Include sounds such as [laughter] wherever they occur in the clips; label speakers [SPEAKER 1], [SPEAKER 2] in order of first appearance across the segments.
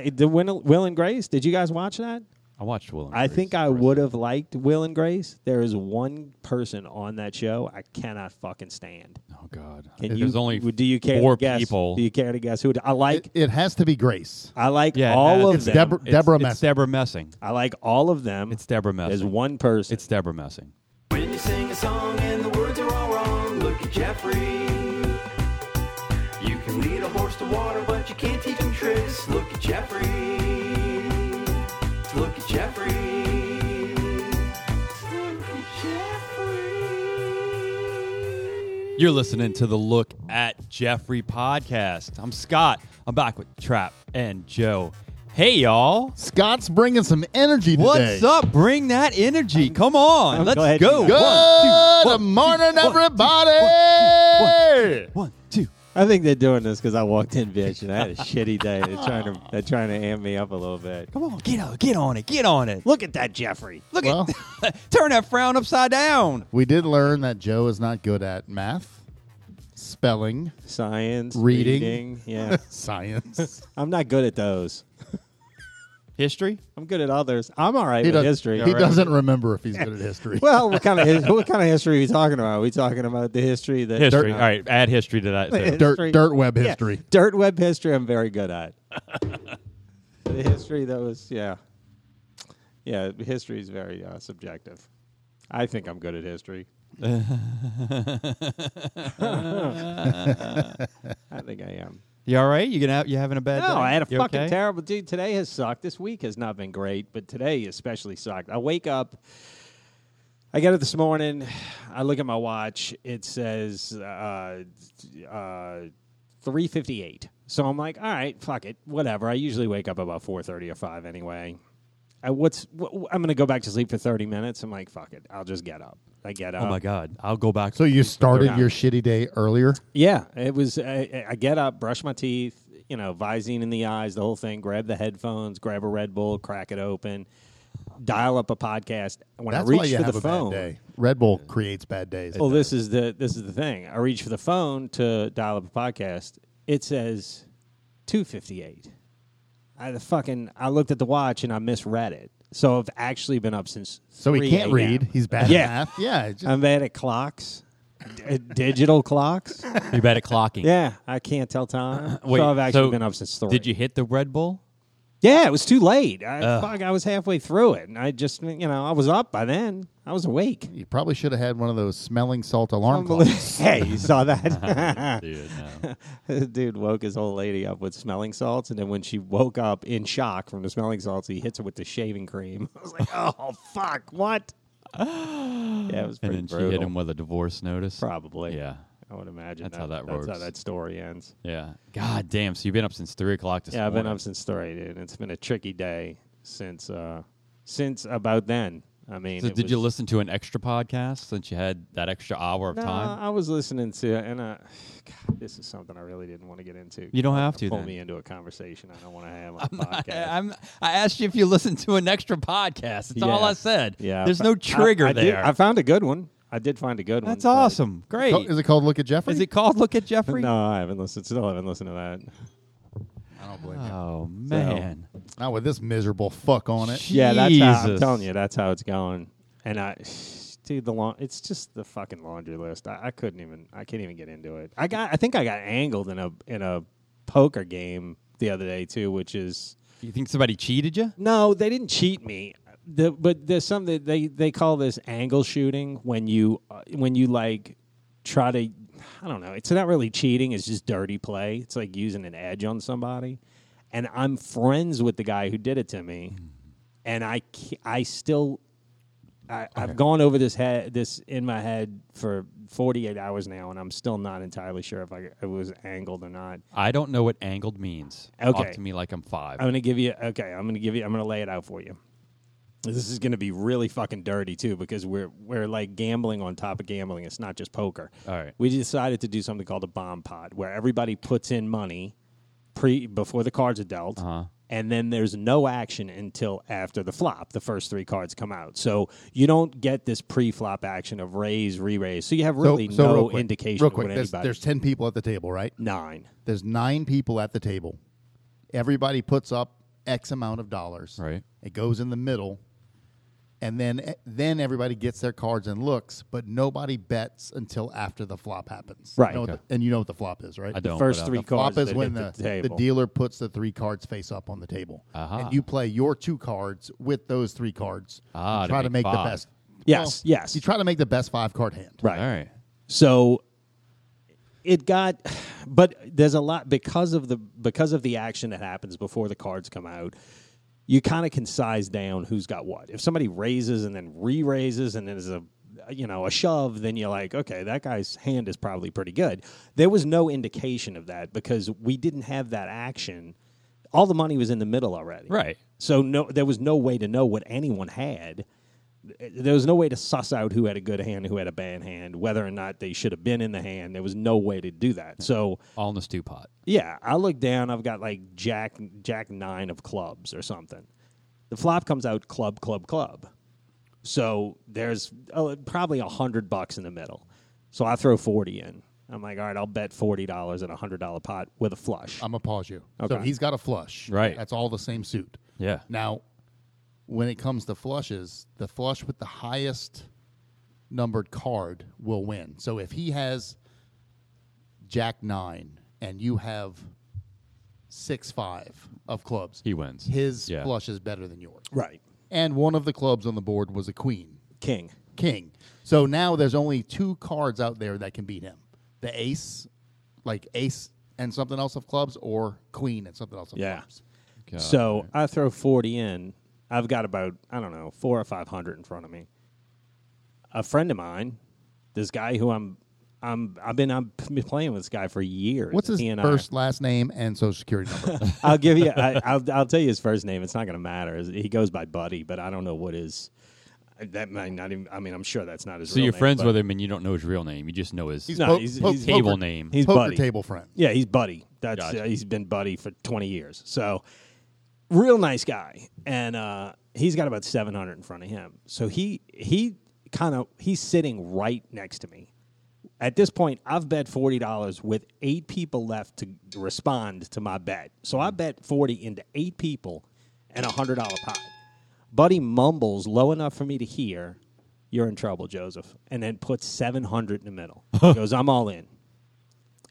[SPEAKER 1] The Will, Will and Grace. Did you guys watch that?
[SPEAKER 2] I watched Will. And
[SPEAKER 1] I
[SPEAKER 2] Grace
[SPEAKER 1] think I
[SPEAKER 2] first.
[SPEAKER 1] would have liked Will and Grace. There is one person on that show I cannot fucking stand.
[SPEAKER 2] Oh God!
[SPEAKER 1] Can
[SPEAKER 2] There's
[SPEAKER 1] you?
[SPEAKER 2] only
[SPEAKER 1] do you care
[SPEAKER 2] four
[SPEAKER 1] to guess?
[SPEAKER 2] people.
[SPEAKER 1] Do you care to guess who? it- I like.
[SPEAKER 3] It, it has to be Grace.
[SPEAKER 1] I like
[SPEAKER 2] Yeah,
[SPEAKER 1] all
[SPEAKER 2] no,
[SPEAKER 1] of
[SPEAKER 3] It's
[SPEAKER 1] them.
[SPEAKER 3] Deborah,
[SPEAKER 2] It's-
[SPEAKER 3] Deborah
[SPEAKER 2] it's
[SPEAKER 3] Messing.
[SPEAKER 2] Deborah Messing.
[SPEAKER 1] I like all of them.
[SPEAKER 2] It's Deborah
[SPEAKER 1] There's
[SPEAKER 2] Messing.
[SPEAKER 1] one person.
[SPEAKER 2] It's Deborah Messing.
[SPEAKER 4] When you sing a song and the words are all wrong, look at Jeffrey. You can lead a horse to water, but you can't teach him tricks. Look at Jeffrey. Look at Jeffrey. Look at Jeffrey.
[SPEAKER 2] You're listening to the Look at Jeffrey podcast. I'm Scott. I'm back with Trap and Joe. Hey y'all!
[SPEAKER 3] Scott's bringing some energy today.
[SPEAKER 2] What's up? Bring that energy. Come on.
[SPEAKER 1] I'm
[SPEAKER 2] Let's
[SPEAKER 1] glad
[SPEAKER 2] go.
[SPEAKER 1] you-
[SPEAKER 3] Good
[SPEAKER 2] one, two, one,
[SPEAKER 3] morning,
[SPEAKER 2] two,
[SPEAKER 3] everybody.
[SPEAKER 2] One, two.
[SPEAKER 1] I think they're doing this because I walked in, bitch, and I had a shitty day.
[SPEAKER 2] [laughs]
[SPEAKER 1] They're trying to they're trying to amp me up a little bit.
[SPEAKER 2] Come on. Get on. Get on it. Get on it.
[SPEAKER 1] Look at that, Jeffrey. [laughs]
[SPEAKER 2] Look
[SPEAKER 3] Well,
[SPEAKER 2] at. turn that frown upside down.
[SPEAKER 3] we did learn that Joe is not good at math, spelling,
[SPEAKER 1] Science,
[SPEAKER 3] Reading.
[SPEAKER 2] [laughs]
[SPEAKER 1] Yeah, [laughs]
[SPEAKER 3] science.
[SPEAKER 1] I'm not good at those.
[SPEAKER 2] History.
[SPEAKER 1] I'm good at others. I'm all right
[SPEAKER 3] he
[SPEAKER 1] with
[SPEAKER 3] does,
[SPEAKER 1] history.
[SPEAKER 3] He
[SPEAKER 1] All right.
[SPEAKER 3] doesn't remember if he's good at history.
[SPEAKER 1] Well, what kind of his, what kind of history are we talking about? Are we talking about the history that
[SPEAKER 2] History. All right. Add history
[SPEAKER 1] [laughs]
[SPEAKER 2] to that. too.
[SPEAKER 3] dirt,
[SPEAKER 1] history.
[SPEAKER 3] dirt web
[SPEAKER 1] Yeah,
[SPEAKER 3] history.
[SPEAKER 1] dirt web history. I'm very good
[SPEAKER 2] [laughs]
[SPEAKER 1] at the history. That was yeah, yeah. History is very uh, subjective. I think I'm good at
[SPEAKER 2] [laughs]
[SPEAKER 1] history. [laughs] I think I am.
[SPEAKER 2] You all right? You gonna have, you having a bad day?
[SPEAKER 1] No, I had a
[SPEAKER 2] You
[SPEAKER 1] fucking
[SPEAKER 2] okay?
[SPEAKER 1] terrible dude. Today has sucked. This week has not been great, but today especially sucked. I wake up. I get up this morning. I look at my watch. It says uh, uh, three fifty eight. So I'm like, all right, fuck it, whatever. I usually wake up about four thirty or five anyway. I, what's wh- wh- I'm gonna go back to sleep for thirty minutes. I'm like, fuck it, I'll just get up. I get up.
[SPEAKER 2] Oh my God! I'll go back.
[SPEAKER 3] So you started
[SPEAKER 1] Yeah.
[SPEAKER 3] your shitty day earlier.
[SPEAKER 1] Yeah, it was. I, I get up, brush my teeth, you know, Visine in the eyes, the whole thing. Grab the headphones, grab a Red Bull, crack it open, dial up a podcast. When
[SPEAKER 3] That's
[SPEAKER 1] I reach
[SPEAKER 3] why you
[SPEAKER 1] for
[SPEAKER 3] have
[SPEAKER 1] the
[SPEAKER 3] a
[SPEAKER 1] phone,
[SPEAKER 3] bad day. Red Bull creates bad days.
[SPEAKER 1] well, this is the this is the thing. I reach for the phone to dial up a podcast. It says two fifty eight. I the fucking I looked at the watch and I misread it. So I've actually been up since.
[SPEAKER 3] so he
[SPEAKER 1] 3
[SPEAKER 3] can't
[SPEAKER 1] a.m..
[SPEAKER 3] read. He's bad
[SPEAKER 1] Yeah.
[SPEAKER 3] at math. Yeah. it's just-
[SPEAKER 1] I'm bad at clocks, d- digital clocks.
[SPEAKER 2] You're bad at clocking.
[SPEAKER 1] Yeah, I can't tell time.
[SPEAKER 2] Uh, Wait,
[SPEAKER 1] so I've actually
[SPEAKER 2] so
[SPEAKER 1] been up since three.
[SPEAKER 2] Did you hit the Red Bull?
[SPEAKER 1] Yeah, it was too late. I, fuck, I was halfway through it, and I just, you know, I was up by then. I was awake.
[SPEAKER 3] you probably should have had one of those smelling salt alarm
[SPEAKER 1] [laughs]
[SPEAKER 3] clocks.
[SPEAKER 1] hey,
[SPEAKER 2] [laughs]
[SPEAKER 1] you saw that? [laughs]
[SPEAKER 2] Dude, no.
[SPEAKER 1] Dude woke his old lady up with smelling salts, and then when she woke up in shock from the smelling salts, he hits her with the shaving cream. [laughs] I was like, oh fuck,
[SPEAKER 2] [gasps]
[SPEAKER 1] what? yeah, it was
[SPEAKER 2] and
[SPEAKER 1] pretty
[SPEAKER 2] then
[SPEAKER 1] brutal.
[SPEAKER 2] she hit him with a divorce notice.
[SPEAKER 1] Probably.
[SPEAKER 2] Yeah.
[SPEAKER 1] I would imagine
[SPEAKER 2] That's how that
[SPEAKER 1] That's how
[SPEAKER 2] works.
[SPEAKER 1] that story ends.
[SPEAKER 2] Yeah. God damn. So you've been up since three o'clock this
[SPEAKER 1] Yeah, I've
[SPEAKER 2] morning.
[SPEAKER 1] been up since three, dude. It's been a tricky day since uh since about then. I mean,
[SPEAKER 2] So
[SPEAKER 1] it
[SPEAKER 2] did you
[SPEAKER 1] was-
[SPEAKER 2] listen to an extra podcast since you had that extra hour of
[SPEAKER 1] No,
[SPEAKER 2] time?
[SPEAKER 1] I was listening to, and uh, [sighs] God, this is something I really didn't want to get into.
[SPEAKER 2] You don't have to.
[SPEAKER 1] pull
[SPEAKER 2] Then.
[SPEAKER 1] me into a conversation I don't want to have on a
[SPEAKER 2] I-
[SPEAKER 1] podcast.
[SPEAKER 2] [laughs] I'm, I asked you if you listened to an extra podcast. That's all
[SPEAKER 1] Yeah.
[SPEAKER 2] I said.
[SPEAKER 1] yeah,
[SPEAKER 2] There's
[SPEAKER 1] I-
[SPEAKER 2] no
[SPEAKER 1] I-
[SPEAKER 2] trigger
[SPEAKER 1] I did-
[SPEAKER 2] there.
[SPEAKER 1] I found a good one. I did find a good one.
[SPEAKER 2] That's
[SPEAKER 1] but-
[SPEAKER 2] awesome. Great.
[SPEAKER 3] Co- Oh, Is it called Look at Jeffrey?
[SPEAKER 2] Is it called Look at Jeffrey?
[SPEAKER 1] No, I haven't listened. Still haven't listened to that.
[SPEAKER 3] I don't blame you.
[SPEAKER 2] Oh man.
[SPEAKER 3] Not with this miserable fuck on it.
[SPEAKER 1] Yeah, that's how I'm
[SPEAKER 2] Jesus.
[SPEAKER 1] telling you. That's how it's going. And I, [sighs] dude, the long. It's just the fucking laundry list. I, I couldn't even. I can't even get into it. I got. I think I got angled in a in a poker game the other day too, which is
[SPEAKER 2] You think somebody cheated you?
[SPEAKER 1] No, they didn't cheat me. The, but there's some that they, they call this angle shooting when you uh, when you like try to I don't know. It's not really cheating. It's just dirty play. It's like using an edge on somebody. And I'm friends with the guy who did it to me, and I ca- I still I, I've gone over this head this in my head for 48 hours now, and I'm still not entirely sure if I it was angled or not.
[SPEAKER 2] I don't know what angled means.
[SPEAKER 1] Okay.
[SPEAKER 2] Talk to me like I'm five.
[SPEAKER 1] I'm gonna give you. Okay, I'm gonna give you. I'm gonna lay it out for you. This is gonna be really fucking dirty too, because we're we're like gambling on top of gambling. It's not just poker.
[SPEAKER 2] All right.
[SPEAKER 1] We decided to do something called a bomb pot, where everybody puts in money pre before the cards are dealt, and then there's no action until after the flop. The first three cards come out, so you don't get this pre-flop action of raise, re-raise. So you have
[SPEAKER 3] So-
[SPEAKER 1] really
[SPEAKER 3] so
[SPEAKER 1] no
[SPEAKER 3] real quick,
[SPEAKER 1] indication
[SPEAKER 3] Real
[SPEAKER 1] of what
[SPEAKER 3] quick, there's,
[SPEAKER 1] anybody-
[SPEAKER 3] there's ten people at the table, right?
[SPEAKER 1] nine.
[SPEAKER 3] There's nine people at the table. Everybody puts up X amount of dollars.
[SPEAKER 2] Right.
[SPEAKER 3] It goes in the middle, and then eh, then everybody gets their cards and looks, but nobody bets until after the flop happens. You
[SPEAKER 1] Right.
[SPEAKER 3] know what
[SPEAKER 2] Okay.
[SPEAKER 3] the- and you know what the flop is, right?
[SPEAKER 2] I don't.
[SPEAKER 1] First
[SPEAKER 2] but, uh,
[SPEAKER 1] three
[SPEAKER 3] The flop
[SPEAKER 1] cards
[SPEAKER 3] is
[SPEAKER 1] that
[SPEAKER 3] when the,
[SPEAKER 1] hit the,
[SPEAKER 3] the,
[SPEAKER 1] table. Uh-huh.
[SPEAKER 3] dealer puts the three cards face up on the table,
[SPEAKER 2] Aha.
[SPEAKER 3] and you play your two cards with those three cards.
[SPEAKER 2] Ah,
[SPEAKER 3] and
[SPEAKER 2] to
[SPEAKER 3] try to
[SPEAKER 2] make
[SPEAKER 3] make,
[SPEAKER 2] five.
[SPEAKER 3] the best.
[SPEAKER 1] Yes,
[SPEAKER 3] well,
[SPEAKER 1] yes.
[SPEAKER 3] You try to make the best five card hand.
[SPEAKER 1] right.
[SPEAKER 2] All right.
[SPEAKER 1] So it got but there's a lot because of the because of the action that happens before the cards come out. You kind of can size down who's got what. If somebody raises and then re-raises and there's a you know, a shove, then you're like, okay, that guy's hand is probably pretty good. There was no indication of that because we didn't have that action. All the money was in the middle already.
[SPEAKER 2] Right.
[SPEAKER 1] So no, there was no way to know what anyone had. There was no way to suss out who had a good hand, who had a bad hand, whether or not they should have been in the hand. There was no way to do that. So
[SPEAKER 2] All in the stew pot.
[SPEAKER 1] yeah, I look down. I've got like Jack Jack nine of clubs or something. The flop comes out club club club. So there's uh, probably a hundred bucks in the middle. So I throw forty in. I'm like, all right, I'll bet forty dollars at a hundred dollar pot with a flush.
[SPEAKER 3] I'm gonna pause you. So
[SPEAKER 1] Okay.
[SPEAKER 3] he's got a flush.
[SPEAKER 2] Right.
[SPEAKER 3] That's all the same suit.
[SPEAKER 2] Yeah.
[SPEAKER 3] Now, when it comes to flushes, the flush with the highest numbered card will win. So if he has Jack nine and you have six five of clubs,
[SPEAKER 2] He wins.
[SPEAKER 3] His
[SPEAKER 2] Yeah.
[SPEAKER 3] flush is better than yours.
[SPEAKER 1] right,
[SPEAKER 3] And one of the clubs on the board was a queen,
[SPEAKER 1] king.
[SPEAKER 3] king. So now there's only two cards out there that can beat him: the ace, like ace and something else of clubs, or queen and something else of
[SPEAKER 1] Yeah.
[SPEAKER 3] clubs.
[SPEAKER 2] God.
[SPEAKER 1] So I throw 40 in. I've got about, I don't know, four or 500 in front of me. A friend of mine, this guy who I'm, I'm, I've been, I'm been playing with this guy for years.
[SPEAKER 3] What's his
[SPEAKER 1] He and I-
[SPEAKER 3] first, last name, and social security
[SPEAKER 2] [laughs]
[SPEAKER 3] number?
[SPEAKER 1] I'll give
[SPEAKER 3] [laughs]
[SPEAKER 1] you. I, I'll, I'll tell you his first name. It's not going to matter. He goes by Buddy, but I don't know what his. That might not even. I mean, I'm sure that's not his.
[SPEAKER 2] So
[SPEAKER 1] real
[SPEAKER 2] you're
[SPEAKER 1] name,
[SPEAKER 2] friends
[SPEAKER 1] but-
[SPEAKER 2] with him, and you don't know his real name. You just know his
[SPEAKER 1] No,
[SPEAKER 3] po-
[SPEAKER 1] he's-
[SPEAKER 3] po-
[SPEAKER 1] he's-
[SPEAKER 2] table
[SPEAKER 3] poker-
[SPEAKER 2] name.
[SPEAKER 1] He's
[SPEAKER 3] poker
[SPEAKER 1] Buddy.
[SPEAKER 3] table friend.
[SPEAKER 1] Yeah, he's Buddy. That's
[SPEAKER 2] Gotcha.
[SPEAKER 1] uh, he's been Buddy for 20 years. So real nice guy, and uh, he's got about 700 in front of him. So he he kind of he's sitting right next to me. At this point, I've bet forty dollars with eight people left to respond to my bet. So I bet forty into eight people and a hundred dollar pot. Buddy mumbles low enough for me to hear, "You're in trouble, Joseph," and then puts seven hundred in the middle. he goes, "I'm all in."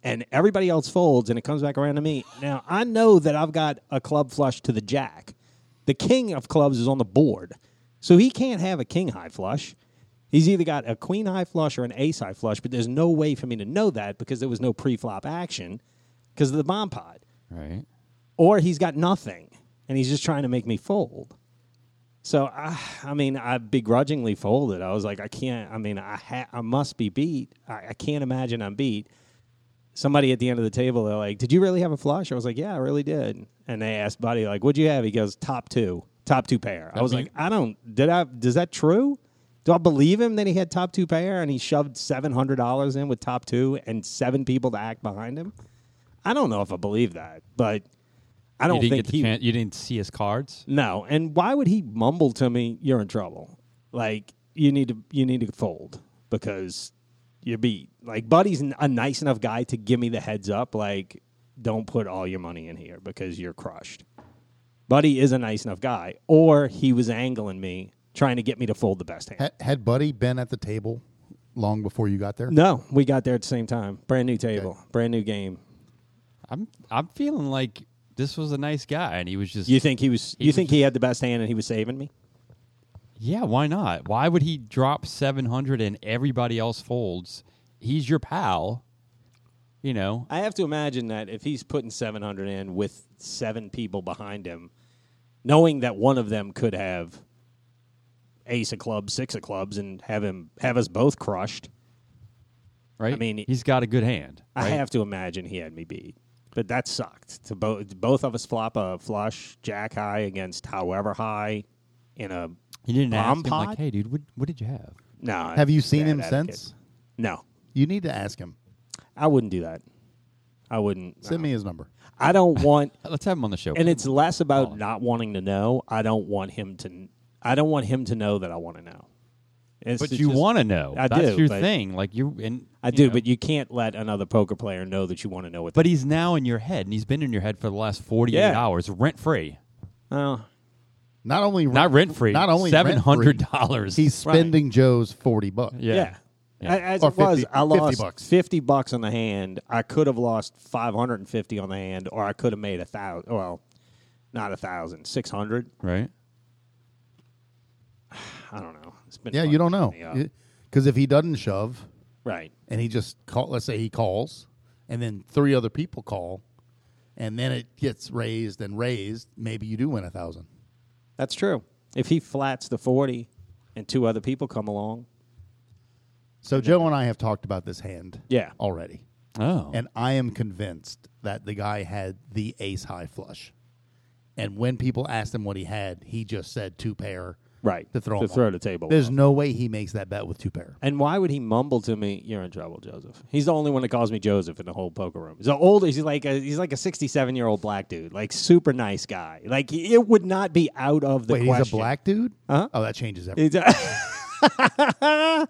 [SPEAKER 1] and everybody else folds and it comes back around to me. Now, I know that I've got a club flush to the jack. The king of clubs is on the board. So he can't have a king high flush. He's either got a queen high flush or an ace high flush, but there's no way for me to know that because there was no pre-flop action because of the bomb pod.
[SPEAKER 2] right.
[SPEAKER 1] Or he's got nothing and he's just trying to make me fold. So I, I mean, I begrudgingly folded. I was like, I can't. I mean, I ha- I must be beat. I, I can't imagine I'm beat. Somebody at the end of the table, they're like, "Did you really have a flush?" I was like, "Yeah, I really did." And they asked Buddy, like, "What'd you have?" He goes, "Top two, top two pair." I was
[SPEAKER 3] mean-
[SPEAKER 1] like, "I don't. Did I? Is that true? Do I believe him that he had top two pair and he shoved seven hundred dollars in with top two and seven people to act behind him? I don't know if I believe that, but I don't
[SPEAKER 2] You didn't
[SPEAKER 1] think
[SPEAKER 2] get the
[SPEAKER 1] he
[SPEAKER 2] chance. You didn't see his cards.
[SPEAKER 1] no, and why would he mumble to me? You're in trouble. Like you need to you need to fold because you're beat. Like Buddy's n- a nice enough guy to give me the heads up. Like don't put all your money in here because you're crushed. Buddy is a nice enough guy, or he was angling me trying to get me to fold the best hand.
[SPEAKER 3] Ha- had Buddy been at the table long before you got there?
[SPEAKER 1] No, we got there at the same time. Brand new table, brand new game.
[SPEAKER 2] I'm I'm feeling like this was a nice guy, and he was just
[SPEAKER 1] You think he was? you
[SPEAKER 2] was
[SPEAKER 1] think he had the best hand and he was saving me?
[SPEAKER 2] yeah. Why not? Why would he drop seven hundred and everybody else folds? He's your pal, you know.
[SPEAKER 1] I have to imagine that if he's putting 700 in with seven people behind him, knowing that one of them could have ace of clubs, six of clubs, and have him have us both crushed,
[SPEAKER 2] Right?
[SPEAKER 1] mean,
[SPEAKER 2] he's got a good hand.
[SPEAKER 1] I
[SPEAKER 2] right?
[SPEAKER 1] have to imagine he had me beat. But that sucked. To both both of us flop a flush, jack high against however high, in a
[SPEAKER 2] He didn't
[SPEAKER 1] bomb
[SPEAKER 2] ask him
[SPEAKER 1] pod?
[SPEAKER 2] like, "Hey, dude, what what did you have?"
[SPEAKER 1] no.
[SPEAKER 3] Have you
[SPEAKER 1] it's
[SPEAKER 3] seen
[SPEAKER 1] bad
[SPEAKER 3] him
[SPEAKER 1] etiquette.
[SPEAKER 3] since?
[SPEAKER 1] No,
[SPEAKER 3] You need to ask him.
[SPEAKER 1] I wouldn't do that. I wouldn't.
[SPEAKER 3] Send me his number.
[SPEAKER 1] I don't want
[SPEAKER 2] Let's have him on the show.
[SPEAKER 1] and it's less about not wanting to know. I don't want him to. I don't want him to know that I want to know. It's-
[SPEAKER 2] but
[SPEAKER 1] it's
[SPEAKER 2] you
[SPEAKER 1] just-
[SPEAKER 2] want to know.
[SPEAKER 1] I
[SPEAKER 2] That's
[SPEAKER 1] do,
[SPEAKER 2] your
[SPEAKER 1] but-
[SPEAKER 2] thing. Like you and
[SPEAKER 1] I
[SPEAKER 2] you
[SPEAKER 1] do,
[SPEAKER 2] know.
[SPEAKER 1] but you can't let another poker player know that you want to know what.
[SPEAKER 2] But he's now in your head, and he's been in your head for the last forty-eight
[SPEAKER 1] Yeah.
[SPEAKER 2] hours, rent free.
[SPEAKER 1] Oh,
[SPEAKER 3] Not only rent,
[SPEAKER 2] Not rent free.
[SPEAKER 3] Not only
[SPEAKER 2] seven
[SPEAKER 3] rent-free,
[SPEAKER 2] hundred dollars.
[SPEAKER 3] He's spending Joe's forty bucks.
[SPEAKER 2] [laughs] yeah.
[SPEAKER 1] yeah.
[SPEAKER 2] Yeah.
[SPEAKER 1] A- As
[SPEAKER 3] Or
[SPEAKER 1] it was,
[SPEAKER 3] 50
[SPEAKER 1] I lost
[SPEAKER 3] 50 bucks.
[SPEAKER 1] bucks on the hand. I could have lost five hundred and fifty on the hand, or I could have made a thousand. Well, not a thousand, six hundred.
[SPEAKER 2] right.
[SPEAKER 1] I don't know. It's been
[SPEAKER 3] Yeah,
[SPEAKER 1] fucking
[SPEAKER 3] you don't know
[SPEAKER 1] me up.
[SPEAKER 3] because if he doesn't shove
[SPEAKER 1] right?
[SPEAKER 3] and he just call, let's say he calls, and then three other people call, and then it gets raised and raised. Maybe you do win a thousand.
[SPEAKER 1] That's true. If he flats the forty, and two other people come along,
[SPEAKER 3] So Joe and I have talked about this hand,
[SPEAKER 1] Yeah.
[SPEAKER 3] already,
[SPEAKER 2] Oh,
[SPEAKER 3] and I am convinced that the guy had the ace high flush, and when people asked him what he had, he just said two pair,
[SPEAKER 1] right?
[SPEAKER 3] To throw
[SPEAKER 1] to
[SPEAKER 3] him
[SPEAKER 1] throw
[SPEAKER 3] off.
[SPEAKER 1] the table.
[SPEAKER 3] There's
[SPEAKER 1] off.
[SPEAKER 3] no way he makes that bet with two pair.
[SPEAKER 1] And why would he mumble to me? You're in trouble, Joseph. He's the only one that calls me Joseph in the whole poker room. He's the oldest. He's like a, he's like a 67 year old black dude, like super nice guy. Like it would not be out of the
[SPEAKER 3] Wait,
[SPEAKER 1] question.
[SPEAKER 3] he's a black dude?
[SPEAKER 1] Huh?
[SPEAKER 3] Oh, that changes everything.
[SPEAKER 1] [laughs] He's a-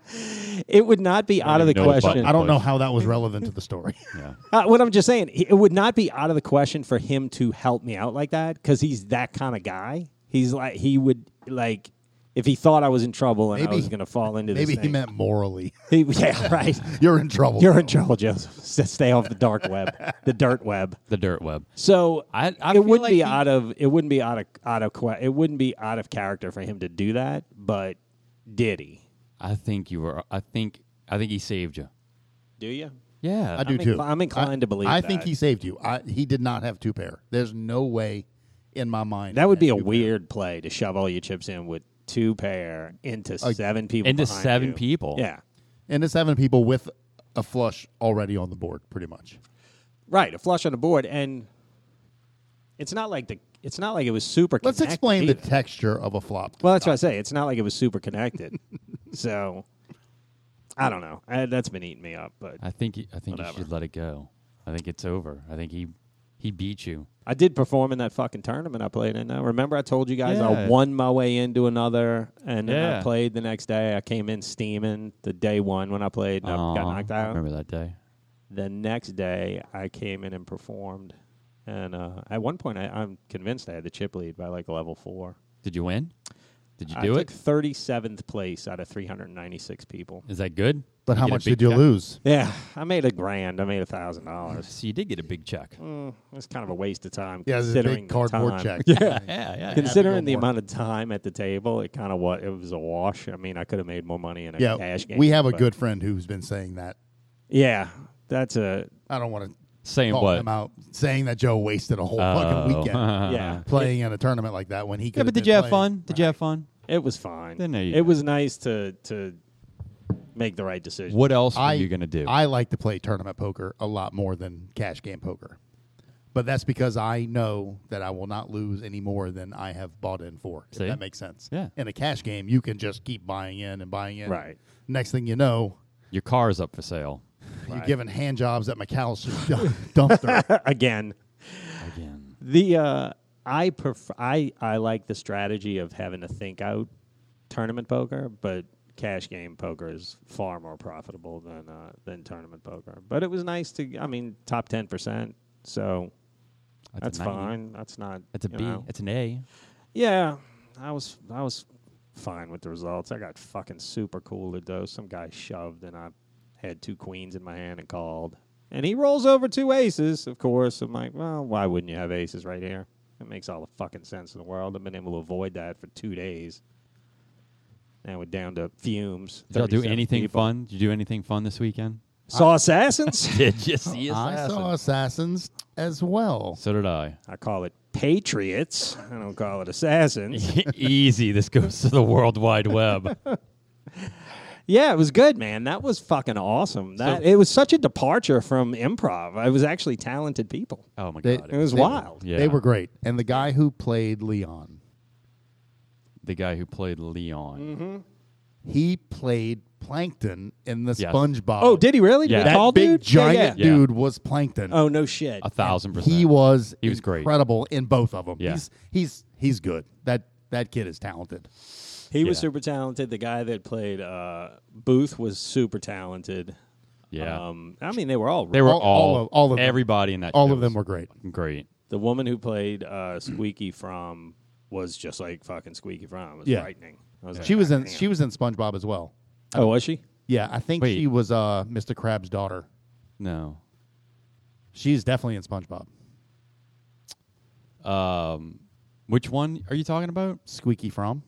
[SPEAKER 1] it would not be out of the
[SPEAKER 2] even know what
[SPEAKER 1] question.
[SPEAKER 2] button
[SPEAKER 3] I don't know
[SPEAKER 2] Bush.
[SPEAKER 3] how that was relevant to
[SPEAKER 1] [laughs]
[SPEAKER 3] the story.
[SPEAKER 2] yeah.
[SPEAKER 1] Uh, what I'm just saying, it would not be out of the question for him to help me out like that because he's that kind of guy. He's like he would like if he thought I was in trouble and I
[SPEAKER 3] Maybe-
[SPEAKER 1] was going to fall into
[SPEAKER 3] Maybe
[SPEAKER 1] this.
[SPEAKER 3] he
[SPEAKER 1] thing.
[SPEAKER 3] meant morally. [laughs]
[SPEAKER 1] He- [laughs] yeah, right.
[SPEAKER 3] You're in trouble.
[SPEAKER 1] You're in trouble, Joseph. [laughs] So Stay off the dark web, the dirt web.
[SPEAKER 2] The dirt web.
[SPEAKER 1] So
[SPEAKER 2] I- I feel
[SPEAKER 1] it wouldn't
[SPEAKER 2] like
[SPEAKER 1] be uh,
[SPEAKER 2] he-
[SPEAKER 1] out of it wouldn't be out of out of que- it wouldn't be out of character for him to do that, but did he?
[SPEAKER 2] I think you were. I think. I think he saved you.
[SPEAKER 1] Do you?
[SPEAKER 2] Yeah.
[SPEAKER 3] I do
[SPEAKER 1] I'm
[SPEAKER 3] too.
[SPEAKER 1] incli- I'm inclined
[SPEAKER 3] I-
[SPEAKER 1] to believe
[SPEAKER 3] I think
[SPEAKER 1] that.
[SPEAKER 3] he saved you. I, he did not have two pair. There's no way in my mind.
[SPEAKER 1] That would
[SPEAKER 3] he
[SPEAKER 1] be a
[SPEAKER 3] had two pair.
[SPEAKER 1] weird play to shove all your chips in with two pair into seven people.
[SPEAKER 2] into
[SPEAKER 1] behind
[SPEAKER 2] seven
[SPEAKER 1] you.
[SPEAKER 2] people.
[SPEAKER 1] Yeah.
[SPEAKER 3] And it's seven people with a flush already on the board, pretty much.
[SPEAKER 1] Right, a flush on the board and it's not like the it's not like it was super
[SPEAKER 3] Let's
[SPEAKER 1] connected
[SPEAKER 3] explain the
[SPEAKER 1] either.
[SPEAKER 3] texture of a flop.
[SPEAKER 1] Well, that's what I say. It's not like it was super
[SPEAKER 2] [laughs]
[SPEAKER 1] connected. so I don't know. I, that's been eating me up, but
[SPEAKER 2] I think. I think
[SPEAKER 1] Whatever.
[SPEAKER 2] you should let it go. I think it's over. I think he. He beat you.
[SPEAKER 1] I did perform in that fucking tournament I played in. Now, remember I told you guys I
[SPEAKER 2] Yeah.
[SPEAKER 1] won my way into another, and then I
[SPEAKER 2] Yeah.
[SPEAKER 1] played the next day. I came in steaming the day one when I played, and I got
[SPEAKER 2] Aw,
[SPEAKER 1] knocked
[SPEAKER 2] I
[SPEAKER 1] out.
[SPEAKER 2] Remember that day?
[SPEAKER 1] The next day, I came in and performed, and uh, at one point, I, I'm convinced I had the chip lead by like level four.
[SPEAKER 2] Did you win? Did you
[SPEAKER 1] I
[SPEAKER 2] do
[SPEAKER 1] took
[SPEAKER 2] it?
[SPEAKER 1] 37th place out of 396 people.
[SPEAKER 2] Is that good?
[SPEAKER 3] But
[SPEAKER 2] You
[SPEAKER 3] how
[SPEAKER 2] get a
[SPEAKER 3] much
[SPEAKER 2] big
[SPEAKER 3] did you
[SPEAKER 2] check?
[SPEAKER 3] lose?
[SPEAKER 1] Yeah, I made a grand. I made a thousand dollars.
[SPEAKER 2] So you did get a big check.
[SPEAKER 1] It's kind of a waste of time.
[SPEAKER 3] Yeah, it's a
[SPEAKER 1] considering
[SPEAKER 3] big
[SPEAKER 1] the
[SPEAKER 3] cardboard
[SPEAKER 1] time. [laughs]
[SPEAKER 3] check.
[SPEAKER 2] Yeah, [laughs] yeah. yeah.
[SPEAKER 1] Considering the
[SPEAKER 3] Gilmore.
[SPEAKER 1] amount of time at the table, it kind of what it was a wash. I mean, I could have made more money in a
[SPEAKER 3] Yeah,
[SPEAKER 1] cash game.
[SPEAKER 3] we have a
[SPEAKER 1] but-
[SPEAKER 3] good friend who's been saying that.
[SPEAKER 1] Yeah, that's a
[SPEAKER 3] I don't want to
[SPEAKER 2] Saying
[SPEAKER 3] call
[SPEAKER 2] what?
[SPEAKER 3] him out, saying that Joe wasted a whole fucking
[SPEAKER 2] [laughs] Oh.
[SPEAKER 3] weekend.
[SPEAKER 1] yeah.
[SPEAKER 3] playing in a tournament like that when he could.
[SPEAKER 2] Yeah, but did you have fun? Did you have fun?
[SPEAKER 1] It was fine.
[SPEAKER 2] Then there you
[SPEAKER 1] it
[SPEAKER 2] go.
[SPEAKER 1] was nice to to make the right decision.
[SPEAKER 2] What else
[SPEAKER 3] I,
[SPEAKER 2] are you gonna do?
[SPEAKER 3] I like to play tournament poker a lot more than cash game poker, but that's because I know that I will not lose any more than I have bought in for.
[SPEAKER 2] See?
[SPEAKER 3] If that makes sense.
[SPEAKER 2] Yeah.
[SPEAKER 3] In a cash game, you can just keep buying in and buying in.
[SPEAKER 1] Right.
[SPEAKER 3] Next thing you know,
[SPEAKER 2] Your car's up for sale
[SPEAKER 3] you're giving hand jobs at McAllister's
[SPEAKER 2] [laughs]
[SPEAKER 3] dumpster.
[SPEAKER 1] Again,
[SPEAKER 2] again.
[SPEAKER 1] the uh, I prefer I I like the strategy of having to think out tournament poker, but cash game poker is far more profitable than uh, than tournament poker. But it was nice to. I mean, top ten percent. So
[SPEAKER 2] That's, a
[SPEAKER 1] that's
[SPEAKER 2] 90.
[SPEAKER 1] fine. That's not.
[SPEAKER 2] That's a
[SPEAKER 1] you
[SPEAKER 2] B.
[SPEAKER 1] know.
[SPEAKER 2] That's an A.
[SPEAKER 1] Yeah, I was I was fine with the results. I got fucking super cool though. Some guy shoved and I had two queens in my hand and called. And he rolls over two aces, of course. I'm like, well, why wouldn't you have aces right here? It makes all the fucking sense in the world. I've been able to avoid that for two days. Now we're down to fumes.
[SPEAKER 2] Did y'all do
[SPEAKER 1] 37
[SPEAKER 2] anything
[SPEAKER 1] people.
[SPEAKER 2] fun? Did you do anything fun this weekend?
[SPEAKER 1] Saw assassins.
[SPEAKER 2] [laughs]
[SPEAKER 1] [laughs]
[SPEAKER 2] Did you see
[SPEAKER 3] I saw assassins as well.
[SPEAKER 2] So did [laughs] I.
[SPEAKER 1] I call it patriots. I don't call it assassins.
[SPEAKER 2] Easy. This goes to the World Wide
[SPEAKER 3] [laughs]
[SPEAKER 2] Web.
[SPEAKER 1] Yeah, it was good, man. That was fucking awesome. That it was such a departure from improv. It was actually talented people.
[SPEAKER 2] Oh my
[SPEAKER 3] They-
[SPEAKER 2] god!
[SPEAKER 1] It was
[SPEAKER 3] They-
[SPEAKER 1] wild.
[SPEAKER 2] Yeah.
[SPEAKER 3] They were great, and the guy who played Leon,
[SPEAKER 2] the guy who played Leon.
[SPEAKER 1] Mm-hmm.
[SPEAKER 3] he played Plankton in the
[SPEAKER 2] Yes.
[SPEAKER 3] SpongeBob.
[SPEAKER 1] Oh, did he really?
[SPEAKER 2] Yeah.
[SPEAKER 1] The
[SPEAKER 3] that
[SPEAKER 1] tall
[SPEAKER 3] big
[SPEAKER 1] dude? Yeah,
[SPEAKER 3] giant
[SPEAKER 1] yeah.
[SPEAKER 2] yeah.
[SPEAKER 3] dude was Plankton.
[SPEAKER 1] Oh no shit.
[SPEAKER 2] A thousand percent.
[SPEAKER 3] he was
[SPEAKER 2] He was great.
[SPEAKER 3] incredible in both of them.
[SPEAKER 2] Yeah.
[SPEAKER 3] He's he's he's good. That that kid is talented.
[SPEAKER 1] He was
[SPEAKER 2] Yeah.
[SPEAKER 1] super talented. The guy that played uh, Booth was super talented.
[SPEAKER 2] Yeah.
[SPEAKER 1] Um, I mean, they were all.
[SPEAKER 2] they were
[SPEAKER 3] all-
[SPEAKER 2] all,
[SPEAKER 3] all of- all of them.
[SPEAKER 2] everybody in that.
[SPEAKER 3] All
[SPEAKER 2] show
[SPEAKER 3] of them
[SPEAKER 2] was
[SPEAKER 3] were great.
[SPEAKER 2] great.
[SPEAKER 1] the woman who played uh, Squeaky from was just like fucking Squeaky Fromm. It was
[SPEAKER 3] Yeah.
[SPEAKER 1] frightening. I was like,
[SPEAKER 3] She was
[SPEAKER 1] "God
[SPEAKER 3] in
[SPEAKER 1] damn."
[SPEAKER 3] she was in SpongeBob as well.
[SPEAKER 1] Oh, was she?
[SPEAKER 3] Yeah, I think
[SPEAKER 2] Wait.
[SPEAKER 3] she was uh, Mr. Krabs' daughter.
[SPEAKER 2] No.
[SPEAKER 3] She's definitely in SpongeBob.
[SPEAKER 2] Um, which one are you talking about?
[SPEAKER 3] Squeaky from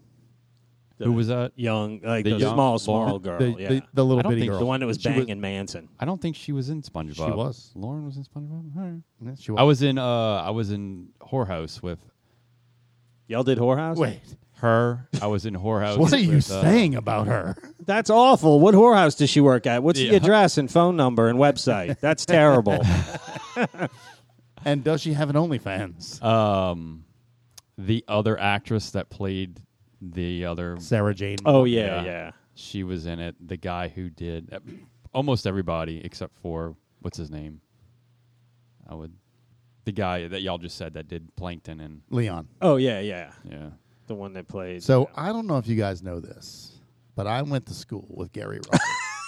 [SPEAKER 2] Who was that?
[SPEAKER 1] Young, like
[SPEAKER 2] The
[SPEAKER 1] the,
[SPEAKER 2] young
[SPEAKER 1] small,
[SPEAKER 2] blonde-
[SPEAKER 1] small girl.
[SPEAKER 3] the,
[SPEAKER 1] Oh, yeah.
[SPEAKER 3] the, the
[SPEAKER 2] I
[SPEAKER 3] little
[SPEAKER 2] don't
[SPEAKER 3] bitty
[SPEAKER 2] think
[SPEAKER 3] girl.
[SPEAKER 1] The one that was
[SPEAKER 3] She
[SPEAKER 1] banging Manson.
[SPEAKER 2] I don't think she was in SpongeBob.
[SPEAKER 3] was.
[SPEAKER 2] Lauren was in SpongeBob. All right.
[SPEAKER 3] Yeah, she was.
[SPEAKER 2] I was in uh I was in Whorehouse with
[SPEAKER 1] Y'all did whorehouse.
[SPEAKER 3] Wait,
[SPEAKER 2] her. I was in Whorehouse.
[SPEAKER 3] what are you
[SPEAKER 2] with, uh,
[SPEAKER 3] saying about her? [laughs]
[SPEAKER 1] that's awful. What whorehouse does she work at? What's the
[SPEAKER 2] Yeah.
[SPEAKER 1] address and phone number and website? That's
[SPEAKER 2] [laughs]
[SPEAKER 1] terrible.
[SPEAKER 3] And does she have an OnlyFans?
[SPEAKER 2] um the other actress that played the other
[SPEAKER 3] Sarah Jane.
[SPEAKER 1] oh yeah,
[SPEAKER 2] Yeah.
[SPEAKER 1] yeah.
[SPEAKER 2] she was in it. The guy who did uh, almost everybody except for what's his name? I would the guy that y'all just said that did Plankton and
[SPEAKER 3] Leon.
[SPEAKER 1] Oh yeah, yeah.
[SPEAKER 2] yeah.
[SPEAKER 1] The one that plays.
[SPEAKER 3] So I don't know if you guys know this, but I went to school with Gary
[SPEAKER 2] [laughs]
[SPEAKER 3] Ross.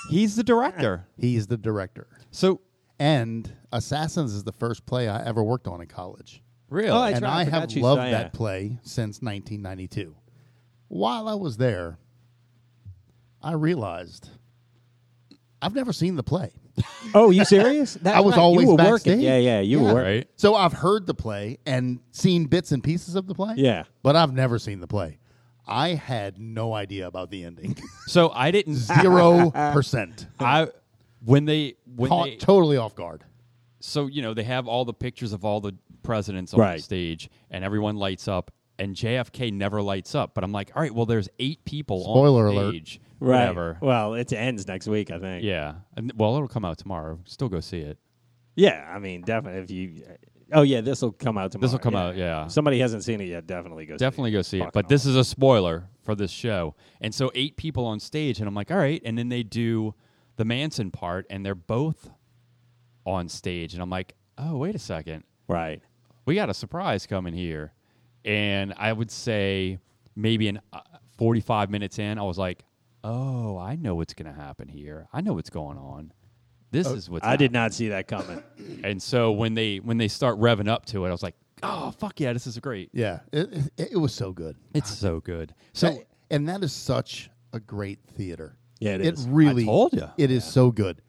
[SPEAKER 2] He's the director.
[SPEAKER 3] He's the director.
[SPEAKER 2] So
[SPEAKER 3] And Assassins is the first play I ever worked on in college.
[SPEAKER 2] really
[SPEAKER 1] Oh, I- That's
[SPEAKER 3] and
[SPEAKER 1] right,
[SPEAKER 3] I
[SPEAKER 1] forgot
[SPEAKER 3] have
[SPEAKER 1] you
[SPEAKER 3] loved
[SPEAKER 1] saw- yeah.
[SPEAKER 3] that play since 1992. While I was there, I realized I've never seen the play.
[SPEAKER 1] oh, you serious? That's
[SPEAKER 3] [laughs] I was
[SPEAKER 1] right. You
[SPEAKER 3] always
[SPEAKER 1] were working.
[SPEAKER 3] backstage.
[SPEAKER 1] Yeah, yeah. You were. working.
[SPEAKER 2] right?
[SPEAKER 3] So I've heard the play and seen bits and pieces of the play.
[SPEAKER 1] Yeah.
[SPEAKER 3] but I've never seen the play. I had no idea about the ending. [laughs]
[SPEAKER 2] So I didn't
[SPEAKER 3] Zero percent.
[SPEAKER 2] I when they when
[SPEAKER 3] Caught
[SPEAKER 2] they,
[SPEAKER 3] totally off guard.
[SPEAKER 2] so you know they have all the pictures of all the presidents on
[SPEAKER 1] Right.
[SPEAKER 2] the stage and everyone lights up and JFK never lights up but I'm like all right well there's eight people
[SPEAKER 3] Spoiler
[SPEAKER 2] on the
[SPEAKER 3] alert.
[SPEAKER 2] stage
[SPEAKER 1] Right.
[SPEAKER 2] whatever
[SPEAKER 1] Well, it ends next week, I think.
[SPEAKER 2] yeah and, well it'll come out tomorrow still go see it
[SPEAKER 1] Yeah, I mean, definitely. If you, oh yeah, this will come out tomorrow.
[SPEAKER 2] This'll come out, yeah.
[SPEAKER 1] If somebody hasn't seen it yet. Definitely go.
[SPEAKER 2] definitely
[SPEAKER 1] see it.
[SPEAKER 2] go see it
[SPEAKER 1] Fucking
[SPEAKER 2] but this is a spoiler for this show and so eight people on stage and I'm like all right and then they do the Manson part and they're both on stage and I'm like oh wait a second
[SPEAKER 1] awesome. right.
[SPEAKER 2] we got a surprise coming here. And I would say maybe in uh, 45 minutes in, I was like, oh, I know what's going to happen here. I know what's going on. This
[SPEAKER 3] Oh,
[SPEAKER 2] is what's
[SPEAKER 1] I did not see that
[SPEAKER 2] [laughs]
[SPEAKER 1] coming.
[SPEAKER 2] happening." And so when they when they start revving up to it, I was like, oh, fuck yeah, this is great.
[SPEAKER 3] Yeah, it, it, it was so good.
[SPEAKER 2] It's so good. So
[SPEAKER 3] That- and that is such a great theater.
[SPEAKER 1] Yeah, it is. I
[SPEAKER 3] really.
[SPEAKER 2] told ya.
[SPEAKER 3] it is so good.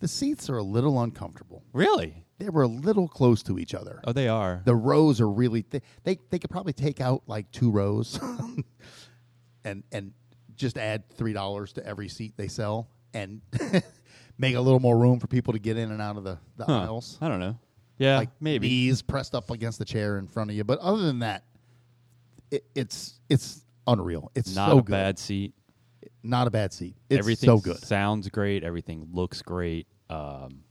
[SPEAKER 3] The seats are a little uncomfortable.
[SPEAKER 2] really?
[SPEAKER 3] They were a little close to each other.
[SPEAKER 2] Oh, they are.
[SPEAKER 3] The rows are really thi- they they could probably take out like two rows, [laughs] and and just add three dollars to every seat they sell, and [laughs] make a little more room for people to get in and out of the, the
[SPEAKER 2] Huh.
[SPEAKER 3] aisles.
[SPEAKER 2] I don't know. Yeah,
[SPEAKER 3] Like
[SPEAKER 2] maybe.
[SPEAKER 3] knees pressed up against the chair in front of you. But other than that, it, it's it's unreal. It's
[SPEAKER 2] Not
[SPEAKER 3] so
[SPEAKER 2] a
[SPEAKER 3] good.
[SPEAKER 2] bad seat.
[SPEAKER 3] Not a bad seat. It's
[SPEAKER 2] everything
[SPEAKER 3] so good.
[SPEAKER 2] sounds great. Everything looks great. Um,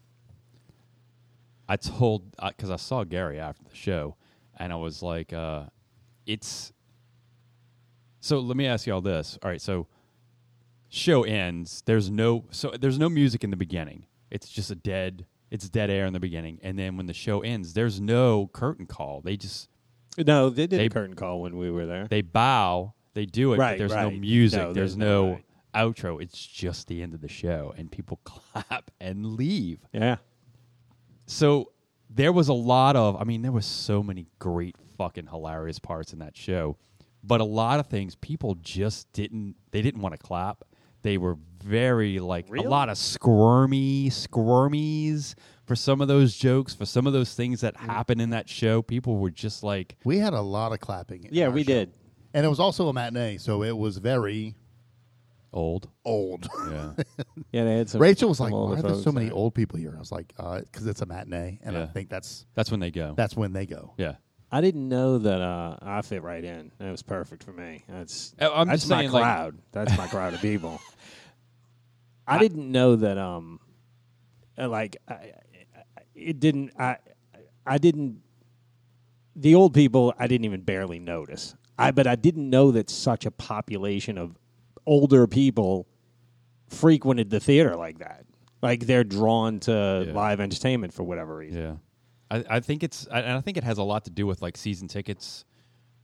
[SPEAKER 2] I told because I saw Gary after the show, and I was like, uh, "It's." So let me ask you all this. All right, so show ends. There's no so there's no music in the beginning. It's just a dead. It's dead air in the beginning, and then when the show ends, there's no curtain call. They just
[SPEAKER 1] No, they did
[SPEAKER 2] They-
[SPEAKER 1] a curtain call when we were there.
[SPEAKER 2] they bow, they do it, but
[SPEAKER 1] Right,
[SPEAKER 2] there's no
[SPEAKER 1] right.
[SPEAKER 2] music,
[SPEAKER 1] No,
[SPEAKER 2] there's
[SPEAKER 1] there's no-
[SPEAKER 2] no outro. It's just the end of the show, and people [laughs] clap and leave.
[SPEAKER 1] yeah.
[SPEAKER 2] So there was a lot of, I mean, there was so many great fucking hilarious parts in that show, but a lot of things people just didn't, they didn't want to clap. They were very like
[SPEAKER 1] Really?
[SPEAKER 2] a lot of squirmy squirmies for some of those jokes, for some of those things that
[SPEAKER 1] Mm.
[SPEAKER 2] happened in that show. People were just like,
[SPEAKER 3] We had a lot of clapping. in
[SPEAKER 1] Yeah,
[SPEAKER 3] our
[SPEAKER 1] we
[SPEAKER 3] show.
[SPEAKER 1] did.
[SPEAKER 3] and it was also a matinee, so it was very
[SPEAKER 2] old.
[SPEAKER 1] [laughs]
[SPEAKER 3] old. [laughs]
[SPEAKER 2] Yeah.
[SPEAKER 1] Yeah, they had some.
[SPEAKER 3] Rachel was
[SPEAKER 1] some
[SPEAKER 3] like,
[SPEAKER 1] older
[SPEAKER 3] "Why are there
[SPEAKER 1] folks
[SPEAKER 3] so many
[SPEAKER 1] there.
[SPEAKER 3] old people here?" I was like, "Because it's a matinee, and I
[SPEAKER 2] Yeah.
[SPEAKER 3] think that's
[SPEAKER 2] That's when they go.
[SPEAKER 3] that's when they go."
[SPEAKER 2] yeah.
[SPEAKER 1] I didn't know that uh, I fit right in. That was perfect for me. That's
[SPEAKER 2] Uh, I'm
[SPEAKER 1] that's
[SPEAKER 2] just
[SPEAKER 1] my
[SPEAKER 2] saying, like-
[SPEAKER 1] crowd. that's my crowd of
[SPEAKER 2] [laughs]
[SPEAKER 1] people. I, didn't know that. Um, uh, like I, I- it didn't. I I didn't. The old people, I didn't even barely notice. I but I didn't know that such a population of older people frequented the theater like that. Like they're drawn to
[SPEAKER 2] Yeah.
[SPEAKER 1] live entertainment for whatever reason.
[SPEAKER 2] Yeah, I, I think it's I, and I think it has a lot to do with like season tickets.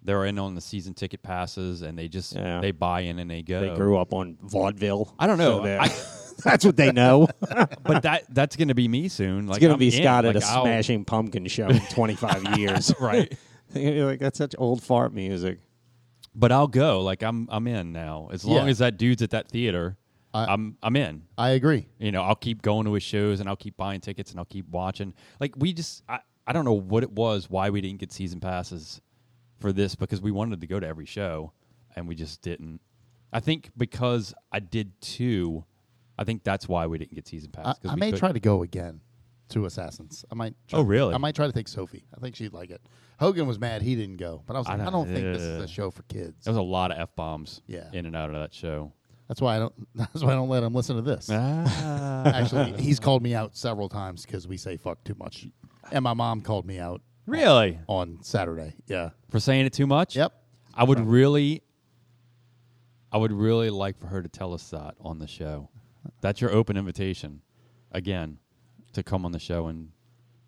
[SPEAKER 2] They're in on the season ticket passes, and they just
[SPEAKER 1] Yeah.
[SPEAKER 2] they buy in and they go.
[SPEAKER 1] They grew up on vaudeville.
[SPEAKER 2] I don't know.
[SPEAKER 1] So they're-
[SPEAKER 2] I-
[SPEAKER 1] [laughs] that's what they
[SPEAKER 2] [laughs]
[SPEAKER 1] know. it's
[SPEAKER 2] but that that's gonna be me soon. Like
[SPEAKER 1] going to
[SPEAKER 2] I'm
[SPEAKER 1] be
[SPEAKER 2] in.
[SPEAKER 1] Scott at
[SPEAKER 2] Like,
[SPEAKER 1] a
[SPEAKER 2] I'll-
[SPEAKER 1] smashing pumpkin show in 25 years.
[SPEAKER 2] [laughs]
[SPEAKER 1] [laughs]
[SPEAKER 2] Right.
[SPEAKER 1] You're like, that's such old fart music.
[SPEAKER 2] But I'll go. Like I'm I'm in now. As long
[SPEAKER 3] Yeah.
[SPEAKER 2] as that dude's at that theater,
[SPEAKER 3] I-
[SPEAKER 2] I'm I'm in.
[SPEAKER 3] I agree.
[SPEAKER 2] You know, I'll keep going to his shows and I'll keep buying tickets and I'll keep watching. Like we just I, I don't know what it was why we didn't get season passes for this because we wanted to go to every show and we just didn't. I think because I did two, I think that's why we didn't get season
[SPEAKER 3] I,
[SPEAKER 2] passes.
[SPEAKER 3] I may try to go again to Assassins. I might. Try,
[SPEAKER 2] Oh, really?
[SPEAKER 3] I might try to take Sophie. I think she'd like it. Hogan was mad he didn't go, but I was
[SPEAKER 2] I
[SPEAKER 3] like, I don't,
[SPEAKER 2] don't-
[SPEAKER 3] think this is
[SPEAKER 2] uh,
[SPEAKER 3] a show for kids.
[SPEAKER 2] There was a lot of f bombs.
[SPEAKER 3] Yeah.
[SPEAKER 2] in and out of that show.
[SPEAKER 3] That's why I don't. [laughs] That's why I don't let him listen to this.
[SPEAKER 2] Ah.
[SPEAKER 3] Ah. Actually,
[SPEAKER 2] [laughs]
[SPEAKER 3] he's called me out several times because we say fuck too much, and my mom called me out
[SPEAKER 2] really?
[SPEAKER 3] on Saturday. Yeah.
[SPEAKER 2] For saying it too much?
[SPEAKER 3] Yep.
[SPEAKER 2] I would really I would really like for her to tell us that on the show. That's your open invitation again to come on the show and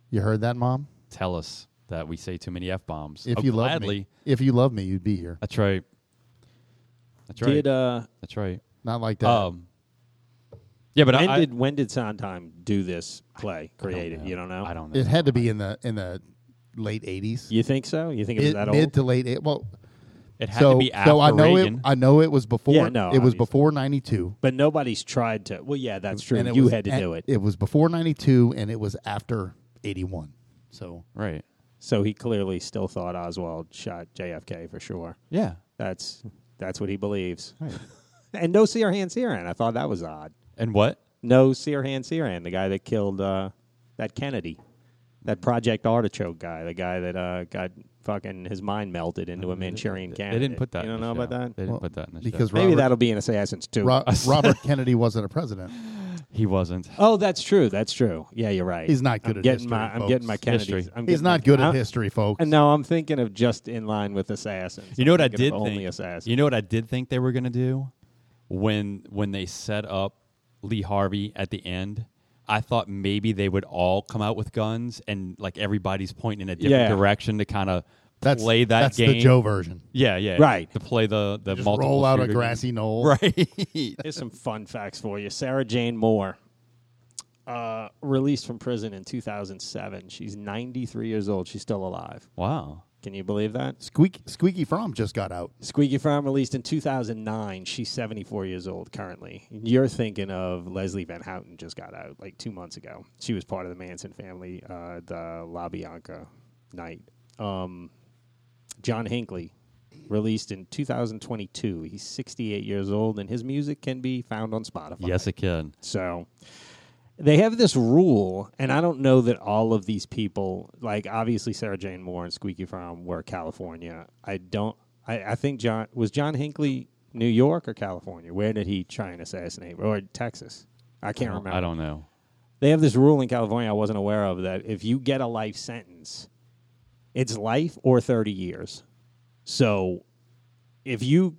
[SPEAKER 3] You heard that, mom?
[SPEAKER 2] tell us that we say too many F bombs.
[SPEAKER 1] Oh,
[SPEAKER 3] If you love
[SPEAKER 2] gladly.
[SPEAKER 3] me, if you love me, you'd be here.
[SPEAKER 2] That's right. That's right.
[SPEAKER 1] Did uh
[SPEAKER 2] That's right.
[SPEAKER 3] Not like that.
[SPEAKER 1] Oh.
[SPEAKER 2] Um Yeah, but
[SPEAKER 1] when
[SPEAKER 2] I, I
[SPEAKER 1] did when did Sondheim do this play?
[SPEAKER 2] I don't
[SPEAKER 1] Create it? You don't know.
[SPEAKER 2] I don't know.
[SPEAKER 3] it had to be in the in the late eighties.
[SPEAKER 1] You think so? You think it was
[SPEAKER 3] mid,
[SPEAKER 1] that
[SPEAKER 3] mid
[SPEAKER 1] old?
[SPEAKER 3] to late. eight- Well,
[SPEAKER 2] It had
[SPEAKER 3] so
[SPEAKER 2] to be after
[SPEAKER 3] so I know
[SPEAKER 2] Reagan.
[SPEAKER 3] it. I know it was before.
[SPEAKER 1] Yeah, no,
[SPEAKER 3] it was
[SPEAKER 1] obviously.
[SPEAKER 3] before ninety two.
[SPEAKER 1] But nobody's tried to. Well, yeah, that's true.
[SPEAKER 3] And it
[SPEAKER 1] You
[SPEAKER 3] was
[SPEAKER 1] had to
[SPEAKER 3] at-
[SPEAKER 1] do it,
[SPEAKER 3] It was before '92, and it was after '81. So
[SPEAKER 2] right.
[SPEAKER 1] so he clearly still thought Oswald shot JFK for sure.
[SPEAKER 2] Yeah.
[SPEAKER 1] That's that's what he believes.
[SPEAKER 2] Right.
[SPEAKER 1] [laughs] And no Sirhan Sirhan. I thought that was odd.
[SPEAKER 2] And what?
[SPEAKER 1] No Sirhan Sirhan, the guy that killed uh, that Kennedy, that Project Artichoke guy, the guy that uh, got fucking his mind melted into a Manchurian
[SPEAKER 2] They
[SPEAKER 1] candidate.
[SPEAKER 2] didn't put that
[SPEAKER 1] You
[SPEAKER 2] in
[SPEAKER 1] don't
[SPEAKER 2] the
[SPEAKER 1] know
[SPEAKER 2] show.
[SPEAKER 1] about that?
[SPEAKER 2] They didn't
[SPEAKER 3] Well,
[SPEAKER 2] put that in the
[SPEAKER 3] because
[SPEAKER 2] show.
[SPEAKER 1] Maybe
[SPEAKER 3] Robert-
[SPEAKER 1] that'll be in Assassins too.
[SPEAKER 3] Ro-
[SPEAKER 1] [laughs]
[SPEAKER 3] Robert Kennedy wasn't a president.
[SPEAKER 2] He wasn't.
[SPEAKER 1] Oh, that's true. That's true. Yeah, you're right.
[SPEAKER 3] He's not
[SPEAKER 1] I'm
[SPEAKER 3] good at
[SPEAKER 1] getting
[SPEAKER 3] history,
[SPEAKER 1] My, I'm
[SPEAKER 3] folks.
[SPEAKER 1] getting my Kennedy.
[SPEAKER 2] History.
[SPEAKER 3] He's not good at history, folks.
[SPEAKER 1] And no, I'm thinking of just in line with assassins.
[SPEAKER 2] You
[SPEAKER 1] I'm
[SPEAKER 2] know what I
[SPEAKER 1] thinking
[SPEAKER 2] did
[SPEAKER 1] of
[SPEAKER 2] think.
[SPEAKER 1] Only assassins.
[SPEAKER 2] You know what I did think they were going to do when when they set up Lee Harvey at the end. I thought maybe they would all come out with guns and like everybody's pointing in a different
[SPEAKER 1] Yeah.
[SPEAKER 2] direction to kind of
[SPEAKER 3] That's
[SPEAKER 2] play that
[SPEAKER 3] that's
[SPEAKER 2] game.
[SPEAKER 3] the Joe version.
[SPEAKER 2] Yeah, yeah,
[SPEAKER 1] Right.
[SPEAKER 2] To play the the
[SPEAKER 3] Just
[SPEAKER 2] multiple
[SPEAKER 3] roll out a
[SPEAKER 2] shooter
[SPEAKER 3] grassy knoll.
[SPEAKER 2] game. [laughs]
[SPEAKER 3] [laughs]
[SPEAKER 2] right.
[SPEAKER 1] Here's some fun facts for you. Sarah Jane Moore, uh, released from prison in 2007. She's 93 years old. She's still alive.
[SPEAKER 2] wow.
[SPEAKER 1] Can you believe that?
[SPEAKER 3] Squeak, Squeaky Fromm just got out.
[SPEAKER 1] Squeaky Farm released in 2009. She's 74 years old currently. You're thinking of Leslie Van Houten just got out like two months ago. She was part of the Manson family, uh, the La Bianca night. Um, John Hinckley released in 2022. He's 68 years old, and his music can be found on Spotify.
[SPEAKER 2] Yes, it can.
[SPEAKER 1] So they have this rule, and I don't know that all of these people, like obviously Sarah Jane Moore and Squeaky Farm were California. I don't. I, I think John was John Hinckley, New York or California. Where did he try and assassinate? Or Texas? I can't remember.
[SPEAKER 2] I don't know.
[SPEAKER 1] They have this rule in California I wasn't aware of that if you get a life sentence, it's life or 30 years. So if you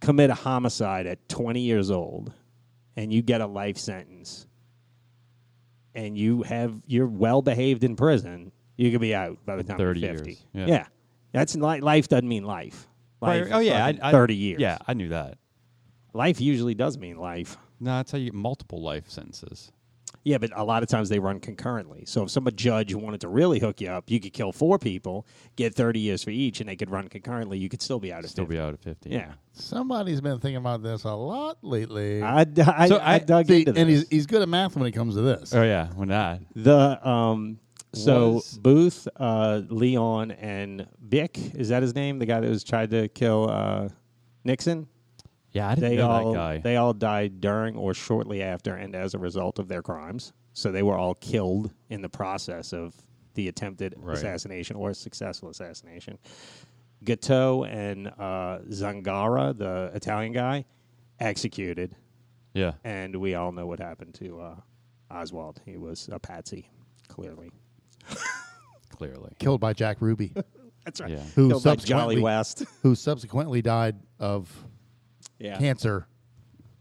[SPEAKER 1] commit a homicide at 20 years old and you get a life sentence and you have you're well behaved in prison, you could be out by the time
[SPEAKER 2] 30
[SPEAKER 1] you're 50.
[SPEAKER 2] years, yeah.
[SPEAKER 1] That's li- life doesn't mean life. life
[SPEAKER 2] Oh yeah,
[SPEAKER 1] fucking
[SPEAKER 2] I, I-
[SPEAKER 1] 30 years.
[SPEAKER 2] Yeah, I knew that.
[SPEAKER 1] Life usually does mean life.
[SPEAKER 2] No, I tell you, multiple life sentences.
[SPEAKER 1] Yeah, but a lot of times they run concurrently. So if some judge wanted to really hook you up, you could kill four people, get 30 years for each, and they could run concurrently. You could still be out of
[SPEAKER 2] Still be out of fifty.
[SPEAKER 1] Yeah.
[SPEAKER 3] Somebody's been thinking about this a lot lately.
[SPEAKER 1] I, d- I-
[SPEAKER 2] So
[SPEAKER 1] I
[SPEAKER 2] I-
[SPEAKER 1] dug
[SPEAKER 3] See,
[SPEAKER 1] into this. Uh,
[SPEAKER 3] and he's he's good at math when it comes to this.
[SPEAKER 2] Oh yeah, when that.
[SPEAKER 1] the, um, so
[SPEAKER 2] Was-
[SPEAKER 1] Booth, uh, Leon, and Bick, is that his name? The guy that was tried to kill uh, Nixon?
[SPEAKER 2] Yeah, I didn't
[SPEAKER 1] They
[SPEAKER 2] know
[SPEAKER 1] all,
[SPEAKER 2] that guy.
[SPEAKER 1] they all died during or shortly after and as a result of their crimes. So they were all killed in the process of the attempted
[SPEAKER 2] Right.
[SPEAKER 1] assassination or successful assassination. Gatto and uh, Zangara, the Italian guy, executed.
[SPEAKER 2] yeah.
[SPEAKER 1] And we all know what happened to uh, Oswald. He was a patsy, clearly.
[SPEAKER 2] Clearly.
[SPEAKER 3] Killed by Jack
[SPEAKER 1] [laughs]
[SPEAKER 3] Ruby,
[SPEAKER 1] That's right.
[SPEAKER 2] Yeah.
[SPEAKER 3] Who
[SPEAKER 1] Killed by Jolly
[SPEAKER 3] subsequently-
[SPEAKER 1] West.
[SPEAKER 3] who subsequently died of
[SPEAKER 1] yeah.
[SPEAKER 3] cancer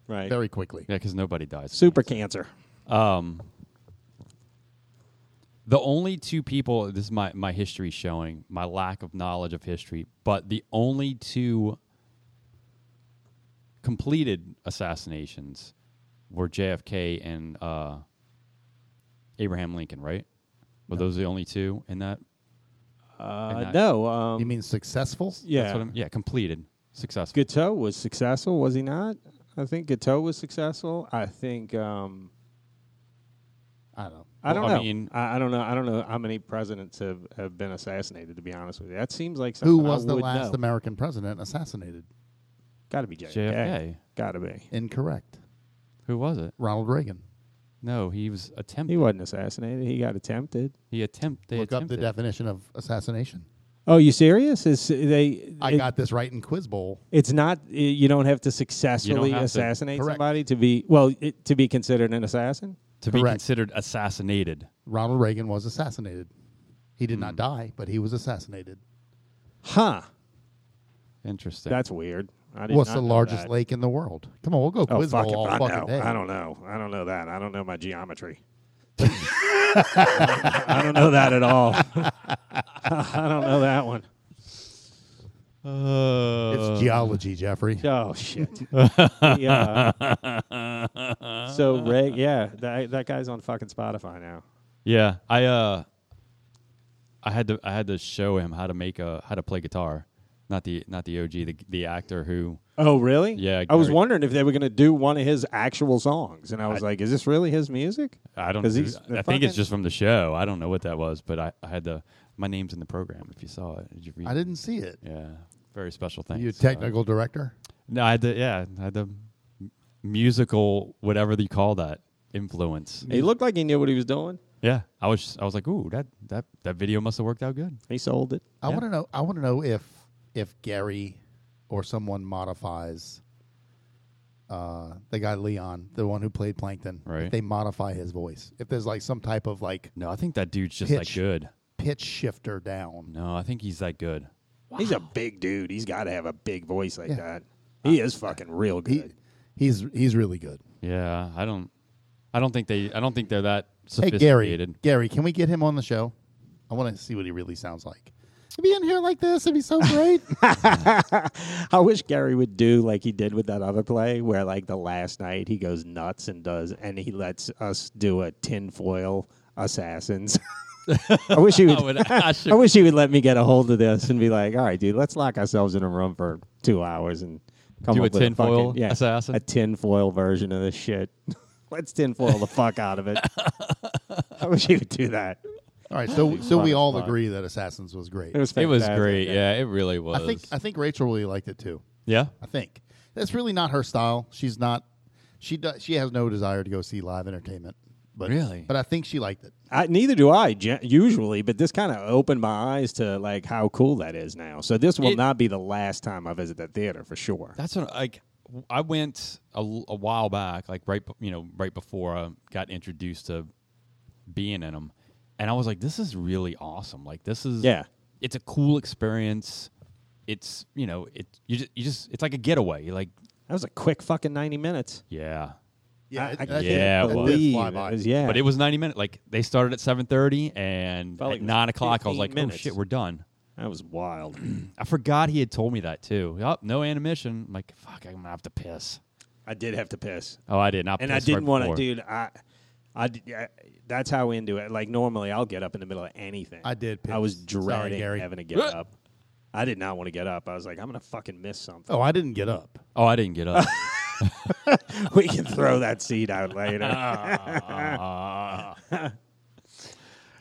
[SPEAKER 1] right.
[SPEAKER 3] very quickly.
[SPEAKER 2] Yeah, because nobody dies.
[SPEAKER 1] Super cancer.
[SPEAKER 2] Um, the only two people, this is my, my history showing, my lack of knowledge of history, but the only two completed assassinations were JFK and uh, Abraham Lincoln, right? Were those the only two in that?
[SPEAKER 1] Uh,
[SPEAKER 2] that-
[SPEAKER 1] no. Um,
[SPEAKER 3] You mean successful?
[SPEAKER 1] yeah.
[SPEAKER 2] That's what I'm- yeah, completed. Successful.
[SPEAKER 1] Gateau was successful, was he not? I think Gateau was successful. I think um,
[SPEAKER 3] I don't know.
[SPEAKER 1] I
[SPEAKER 2] Well,
[SPEAKER 1] don't
[SPEAKER 2] I
[SPEAKER 1] know.
[SPEAKER 2] mean-
[SPEAKER 1] I, I don't know. I don't know how many presidents have, have been assassinated. To be honest with you, that seems like
[SPEAKER 3] Who
[SPEAKER 1] something I
[SPEAKER 3] was the
[SPEAKER 1] would
[SPEAKER 3] last
[SPEAKER 1] Know.
[SPEAKER 3] American president assassinated?
[SPEAKER 1] Got to be JFK.
[SPEAKER 2] JFK.
[SPEAKER 1] Got to be.
[SPEAKER 3] Incorrect.
[SPEAKER 2] Who was it?
[SPEAKER 3] Ronald Reagan.
[SPEAKER 2] No, he was
[SPEAKER 1] He
[SPEAKER 2] attempted.
[SPEAKER 1] wasn't assassinated. He got attempted.
[SPEAKER 2] He attempt. They
[SPEAKER 3] Look up the
[SPEAKER 2] attempted.
[SPEAKER 3] definition of assassination.
[SPEAKER 1] Oh, you serious? Is they?
[SPEAKER 3] I
[SPEAKER 1] it-
[SPEAKER 3] got this right in Quiz Bowl.
[SPEAKER 1] It's not. i- You don't have to successfully
[SPEAKER 2] have to-
[SPEAKER 1] assassinate
[SPEAKER 3] Correct.
[SPEAKER 1] somebody to be well it, to be considered an assassin.
[SPEAKER 2] to be
[SPEAKER 3] Correct.
[SPEAKER 2] considered assassinated.
[SPEAKER 3] Ronald Reagan was assassinated. He did
[SPEAKER 1] Hmm.
[SPEAKER 3] not die, but he was assassinated.
[SPEAKER 1] Huh?
[SPEAKER 2] Interesting.
[SPEAKER 1] That's weird. I did
[SPEAKER 3] What's
[SPEAKER 1] not
[SPEAKER 3] the
[SPEAKER 1] know
[SPEAKER 3] largest
[SPEAKER 1] that.
[SPEAKER 3] lake in the world? Come on, we'll go
[SPEAKER 1] Oh
[SPEAKER 3] Quiz
[SPEAKER 1] fuck!
[SPEAKER 3] Bowl
[SPEAKER 1] if
[SPEAKER 3] all
[SPEAKER 1] I
[SPEAKER 3] fucking
[SPEAKER 1] know.
[SPEAKER 3] day.
[SPEAKER 1] I don't know. I don't know that. I don't know my geometry. [laughs] I don't know that at all. [laughs] I don't know that one.
[SPEAKER 3] It's geology, Jeffrey.
[SPEAKER 1] Oh shit. yeah. So Ray, yeah, that that guy's on fucking Spotify now.
[SPEAKER 2] yeah. I uh, I had to I had to show him how to make a how to play guitar, not the not the OG the the actor who
[SPEAKER 1] Oh really?
[SPEAKER 2] Yeah,
[SPEAKER 1] I was
[SPEAKER 2] Gary-
[SPEAKER 1] wondering if they were gonna do one of his actual songs, and I was like, is this really his music?
[SPEAKER 2] I don't.
[SPEAKER 1] 'Cause
[SPEAKER 2] know-
[SPEAKER 1] he's the
[SPEAKER 2] I think
[SPEAKER 1] fucking-
[SPEAKER 2] it's just from the show. I don't know what that was, but I, I had to. My name's in the program. If you saw it, did you read?
[SPEAKER 3] I didn't see it.
[SPEAKER 2] Yeah, very special thing.
[SPEAKER 3] You technical director?
[SPEAKER 2] no, I had the yeah, I had the m- musical whatever you call that influence.
[SPEAKER 1] He looked like he knew what he was doing.
[SPEAKER 2] Yeah, I was I was like, ooh, that that that video must have worked out good.
[SPEAKER 1] He sold it.
[SPEAKER 3] I
[SPEAKER 2] Yeah.
[SPEAKER 3] want to know. I want to know if if Gary or someone modifies uh, the guy Leon, the one who played Plankton.
[SPEAKER 2] Right.
[SPEAKER 3] If they modify his voice. If there's like some type of like
[SPEAKER 2] No, I think that dude's just that
[SPEAKER 3] Pitch.
[SPEAKER 2] good.
[SPEAKER 3] pitch shifter down.
[SPEAKER 2] No, I think he's that good.
[SPEAKER 1] He's a big dude. He's got to have a big voice like
[SPEAKER 3] Yeah.
[SPEAKER 1] that. He is fucking real
[SPEAKER 3] He,
[SPEAKER 1] good.
[SPEAKER 3] he's he's really good.
[SPEAKER 2] Yeah, I don't I don't think they I don't think they're that
[SPEAKER 3] Hey Gary,
[SPEAKER 2] sophisticated.
[SPEAKER 3] Gary, can we get him on the show? I want to see what he really sounds like. If he in here like this, it'd be so great.
[SPEAKER 1] [laughs] I wish Gary would do like he did with that other play, where like the last night he goes nuts and does, and he lets us do a tinfoil assassins. [laughs] I wish he would.
[SPEAKER 2] [laughs] I would- I
[SPEAKER 1] [laughs]
[SPEAKER 2] should-
[SPEAKER 1] I wish he would let me get a hold of this and be like, "All right, dude, let's lock ourselves in a room for two hours and come
[SPEAKER 2] Do
[SPEAKER 1] up
[SPEAKER 2] a
[SPEAKER 1] with
[SPEAKER 2] tinfoil
[SPEAKER 1] a fucking, yeah,
[SPEAKER 2] assassin?
[SPEAKER 1] a tinfoil version of this shit. [laughs] let's tinfoil the fuck out
[SPEAKER 2] [laughs]
[SPEAKER 1] of it." I wish he would do that.
[SPEAKER 3] all right, so so we all
[SPEAKER 2] Modified.
[SPEAKER 3] agree that Assassins was great.
[SPEAKER 1] It was.
[SPEAKER 2] It was
[SPEAKER 1] fantastic.
[SPEAKER 2] great. Yeah, it really was.
[SPEAKER 3] I think I think Rachel really liked it too.
[SPEAKER 2] yeah.
[SPEAKER 3] I think that's really not her style. She's not. She does. She has no desire to go see live entertainment. But
[SPEAKER 2] Really?
[SPEAKER 3] but I think she liked it.
[SPEAKER 1] I, neither do I gen- usually, but this kind of opened my eyes to like how cool that is now. So this will
[SPEAKER 2] It-
[SPEAKER 1] not be the last time I visit that theater for sure.
[SPEAKER 2] That's what like I went a, l- a while back, like right b- you know right before I got introduced to being in them, and I was like, this is really awesome. Like this is
[SPEAKER 1] Yeah.
[SPEAKER 2] it's a cool experience. It's you know it you just, you just it's like a getaway. You're like
[SPEAKER 1] That was a quick fucking ninety minutes.
[SPEAKER 2] yeah,
[SPEAKER 1] I- I,
[SPEAKER 2] it
[SPEAKER 1] can't
[SPEAKER 2] Yeah, it was.
[SPEAKER 1] believe
[SPEAKER 3] Fly
[SPEAKER 1] it
[SPEAKER 3] by.
[SPEAKER 1] was- yeah,
[SPEAKER 2] but it was ninety minutes. Like they started at seven thirty, and
[SPEAKER 1] Felt like
[SPEAKER 2] at
[SPEAKER 1] it was
[SPEAKER 2] nine o'clock, I
[SPEAKER 1] 15
[SPEAKER 2] was like, oh
[SPEAKER 1] minutes.
[SPEAKER 2] shit, we're done.
[SPEAKER 1] that was
[SPEAKER 3] [clears throat]
[SPEAKER 1] wild.
[SPEAKER 2] I forgot he had told me that too. Yup, no animation. I'm like fuck, I'm gonna have to piss.
[SPEAKER 1] I did have to piss,
[SPEAKER 2] Oh, I did not.
[SPEAKER 1] and I didn't want to, dude. I, I, d- I- that's how into it. Like normally, I'll get up in the middle of anything.
[SPEAKER 3] I did
[SPEAKER 1] I was
[SPEAKER 3] piss. Sorry,
[SPEAKER 1] dreading
[SPEAKER 3] Gary.
[SPEAKER 1] having
[SPEAKER 3] [laughs]
[SPEAKER 1] to get up. I did not want to get up. I was like, I'm gonna fucking miss something. [laughs]
[SPEAKER 3] Oh, I didn't get up.
[SPEAKER 2] Oh, I didn't get up.
[SPEAKER 1] we can throw that seed out later.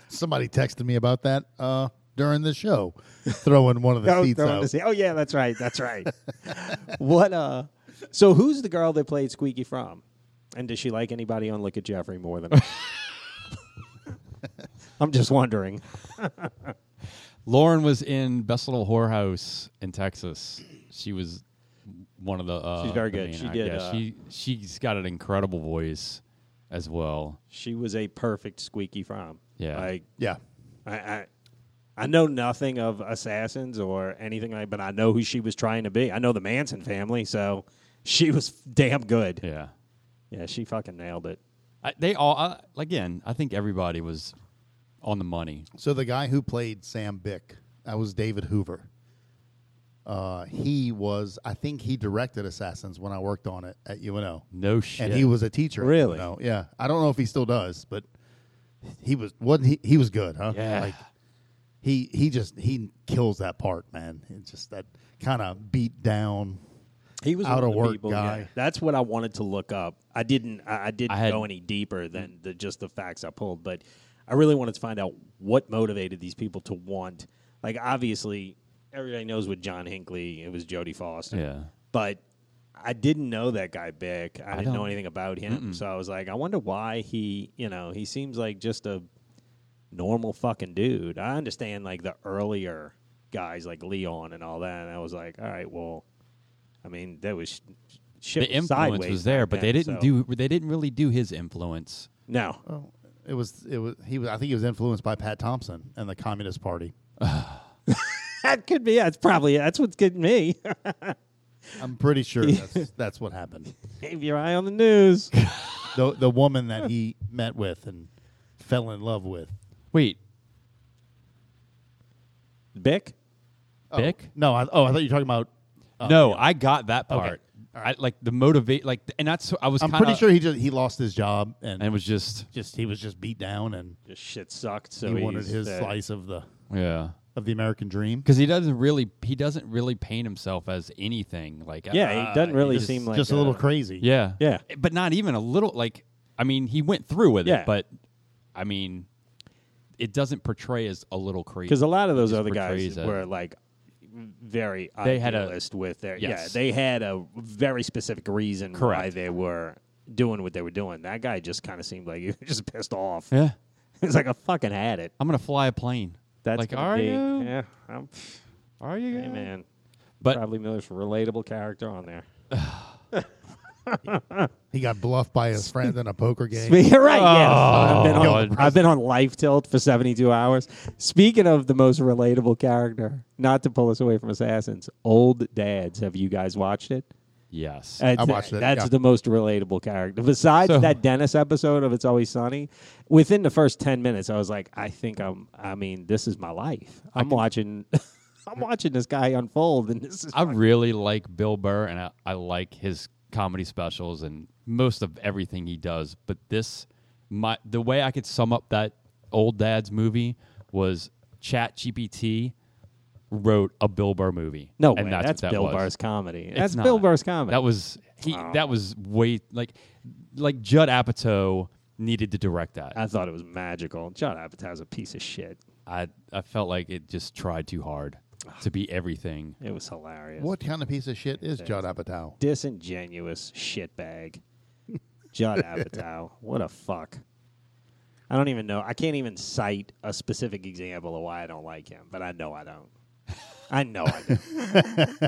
[SPEAKER 3] Somebody texted me about that uh, during the show, throwing one of the
[SPEAKER 1] Oh, [laughs]
[SPEAKER 3] seats
[SPEAKER 1] throwing
[SPEAKER 3] out.
[SPEAKER 1] the seat. Oh yeah, that's right. That's right. what uh so who's the girl that played Squeaky From? And does she like anybody on Look at Jeffrey more than I'm just wondering.
[SPEAKER 2] Lauren was in Best Little Whorehouse in Texas. She was one of the. Uh,
[SPEAKER 1] She's very
[SPEAKER 2] the
[SPEAKER 1] good.
[SPEAKER 2] main
[SPEAKER 1] She
[SPEAKER 2] act-
[SPEAKER 1] did,
[SPEAKER 2] Yeah,
[SPEAKER 1] uh,
[SPEAKER 2] she she's got an incredible voice as well.
[SPEAKER 1] She was a perfect Squeaky From.
[SPEAKER 2] Yeah.
[SPEAKER 1] Like
[SPEAKER 3] Yeah,
[SPEAKER 1] I I, I know nothing of assassins or anything like but I know who she was trying to be. I know the Manson family, so she was damn good.
[SPEAKER 2] Yeah,
[SPEAKER 1] Yeah, she fucking nailed it.
[SPEAKER 2] I, they all I, again. I think everybody was on the money.
[SPEAKER 3] So the guy who played Sam Bick, that was David Hoover. Uh, he was, I think he directed Assassins when I worked on it at UNO,
[SPEAKER 2] No shit.
[SPEAKER 3] and he was a teacher. at
[SPEAKER 1] Really?
[SPEAKER 3] UNO. Yeah. I don't know if he still does, but he was wasn't he? He was good, huh?
[SPEAKER 2] Yeah.
[SPEAKER 3] Like, he he just he kills that part, man. It's just that kind of beat down.
[SPEAKER 1] He was
[SPEAKER 3] Out
[SPEAKER 1] one
[SPEAKER 3] of
[SPEAKER 1] the
[SPEAKER 3] work
[SPEAKER 1] people,
[SPEAKER 3] guy.
[SPEAKER 1] yeah. That's what I wanted to look up. I didn't. I, I didn't
[SPEAKER 2] I had-
[SPEAKER 1] go any deeper than the, just the facts I pulled, but I really wanted to find out what motivated these people to want. Like, obviously, everybody knows with John Hinckley, it was Jodie Foster.
[SPEAKER 2] Yeah.
[SPEAKER 1] but I didn't know that guy Bick. I, didn't know
[SPEAKER 2] don't-
[SPEAKER 1] anything about him, so I was like, I wonder why he. You know, he seems like just a normal fucking dude. I understand like the earlier guys like Leon and all that, and I was like, all right, well, I mean, that was sh- shit
[SPEAKER 2] The
[SPEAKER 1] was
[SPEAKER 2] influence
[SPEAKER 1] sideways
[SPEAKER 2] was there,
[SPEAKER 1] back
[SPEAKER 2] but
[SPEAKER 1] then,
[SPEAKER 2] they didn't
[SPEAKER 1] so-
[SPEAKER 2] do. They didn't really do his influence.
[SPEAKER 1] no.
[SPEAKER 3] Well, it was it was he was I think he was influenced by Pat Thompson and the Communist Party.
[SPEAKER 1] That could be. That's probably that's what's getting me. [laughs]
[SPEAKER 3] I'm
[SPEAKER 2] [laughs]
[SPEAKER 3] pretty sure that's that's what happened.
[SPEAKER 1] Keep your eye on the news.
[SPEAKER 3] The the woman that he met with and fell in love with.
[SPEAKER 2] Wait,
[SPEAKER 1] Bick.
[SPEAKER 2] Bick?
[SPEAKER 3] No, I, oh, I thought you were talking about.
[SPEAKER 1] uh,
[SPEAKER 2] no, I got that
[SPEAKER 3] Okay.
[SPEAKER 2] part. I, like the motivate, like, and that's. I was.
[SPEAKER 3] I'm
[SPEAKER 2] kinda-
[SPEAKER 3] pretty sure he just he lost his job and,
[SPEAKER 2] and it was just.
[SPEAKER 3] just he was just beat down and
[SPEAKER 1] Just shit sucked. So
[SPEAKER 3] he wanted
[SPEAKER 1] he's,
[SPEAKER 3] his
[SPEAKER 1] uh,
[SPEAKER 3] slice of the
[SPEAKER 2] Yeah.
[SPEAKER 3] of the American dream.
[SPEAKER 2] Because he doesn't really, he doesn't really paint himself as anything. Like,
[SPEAKER 1] Yeah,
[SPEAKER 2] uh,
[SPEAKER 1] he doesn't really
[SPEAKER 2] just-
[SPEAKER 1] seem like
[SPEAKER 3] just a little crazy.
[SPEAKER 2] Yeah.
[SPEAKER 1] Yeah.
[SPEAKER 2] But not even a little. Like, I mean, he went through with
[SPEAKER 1] Yeah.
[SPEAKER 2] it, but I mean, it doesn't portray as a little crazy.
[SPEAKER 1] because a lot of those
[SPEAKER 2] just
[SPEAKER 1] other guys
[SPEAKER 2] portrays a-
[SPEAKER 1] were like very
[SPEAKER 2] They had a-
[SPEAKER 1] idealist with their
[SPEAKER 2] Yes.
[SPEAKER 1] yeah they had a very specific reason why
[SPEAKER 2] Correct.
[SPEAKER 1] they were doing what they were doing. That guy just kind of seemed like he [laughs] was just pissed off.
[SPEAKER 2] Yeah.
[SPEAKER 1] [laughs] He's like I fucking had it.
[SPEAKER 2] I'm gonna fly a plane.
[SPEAKER 1] That's
[SPEAKER 2] like,
[SPEAKER 1] gonna
[SPEAKER 2] are
[SPEAKER 1] be-
[SPEAKER 2] you?
[SPEAKER 1] Yeah, I'm,
[SPEAKER 2] Are you?
[SPEAKER 1] hey, man.
[SPEAKER 2] But-
[SPEAKER 1] probably the most relatable character on
[SPEAKER 2] [laughs]
[SPEAKER 1] there.
[SPEAKER 3] He got bluffed by his friend in a poker game.
[SPEAKER 1] Spe- right, yes. Oh, I've been,
[SPEAKER 2] God.
[SPEAKER 1] on, I've been on life tilt for 72 hours. Speaking of the most relatable character, not to pull us away from Assassins, Old Dads. Have you guys watched it?
[SPEAKER 2] Yes.
[SPEAKER 1] That's,
[SPEAKER 3] watched it,
[SPEAKER 1] That's
[SPEAKER 3] yeah.
[SPEAKER 1] the most relatable character. Besides
[SPEAKER 2] So-
[SPEAKER 1] that Dennis episode of It's Always Sunny, within the first 10 minutes, I was like, I think I'm, I mean, this is my life. I'm watching. [laughs] I'm watching this guy unfold, and this is
[SPEAKER 2] I really like Bill Burr, and I, I like his comedy specials and most of everything he does. But this, my the way I could sum up that old dad's movie was Chat GPT wrote a Bill Burr movie.
[SPEAKER 1] no
[SPEAKER 2] and
[SPEAKER 1] way.
[SPEAKER 2] That's,
[SPEAKER 1] That's,
[SPEAKER 2] what that
[SPEAKER 1] Bill
[SPEAKER 2] was.
[SPEAKER 1] Burr's comedy.
[SPEAKER 2] It's
[SPEAKER 1] That's
[SPEAKER 2] not.
[SPEAKER 1] Bill Burr's comedy.
[SPEAKER 2] That was he. That was way like like Judd Apatow needed to direct that.
[SPEAKER 1] I thought it was magical. John Apatow's a piece of shit.
[SPEAKER 2] I I felt like it just tried too hard to be everything.
[SPEAKER 1] It was hilarious.
[SPEAKER 3] What kind of piece of shit is Judd Apatow?
[SPEAKER 1] disingenuous shitbag. Judd Apatow. What a fuck. I don't even know. I can't even cite a specific example of why I don't like him, but I know I don't. I know I don't.
[SPEAKER 2] [laughs]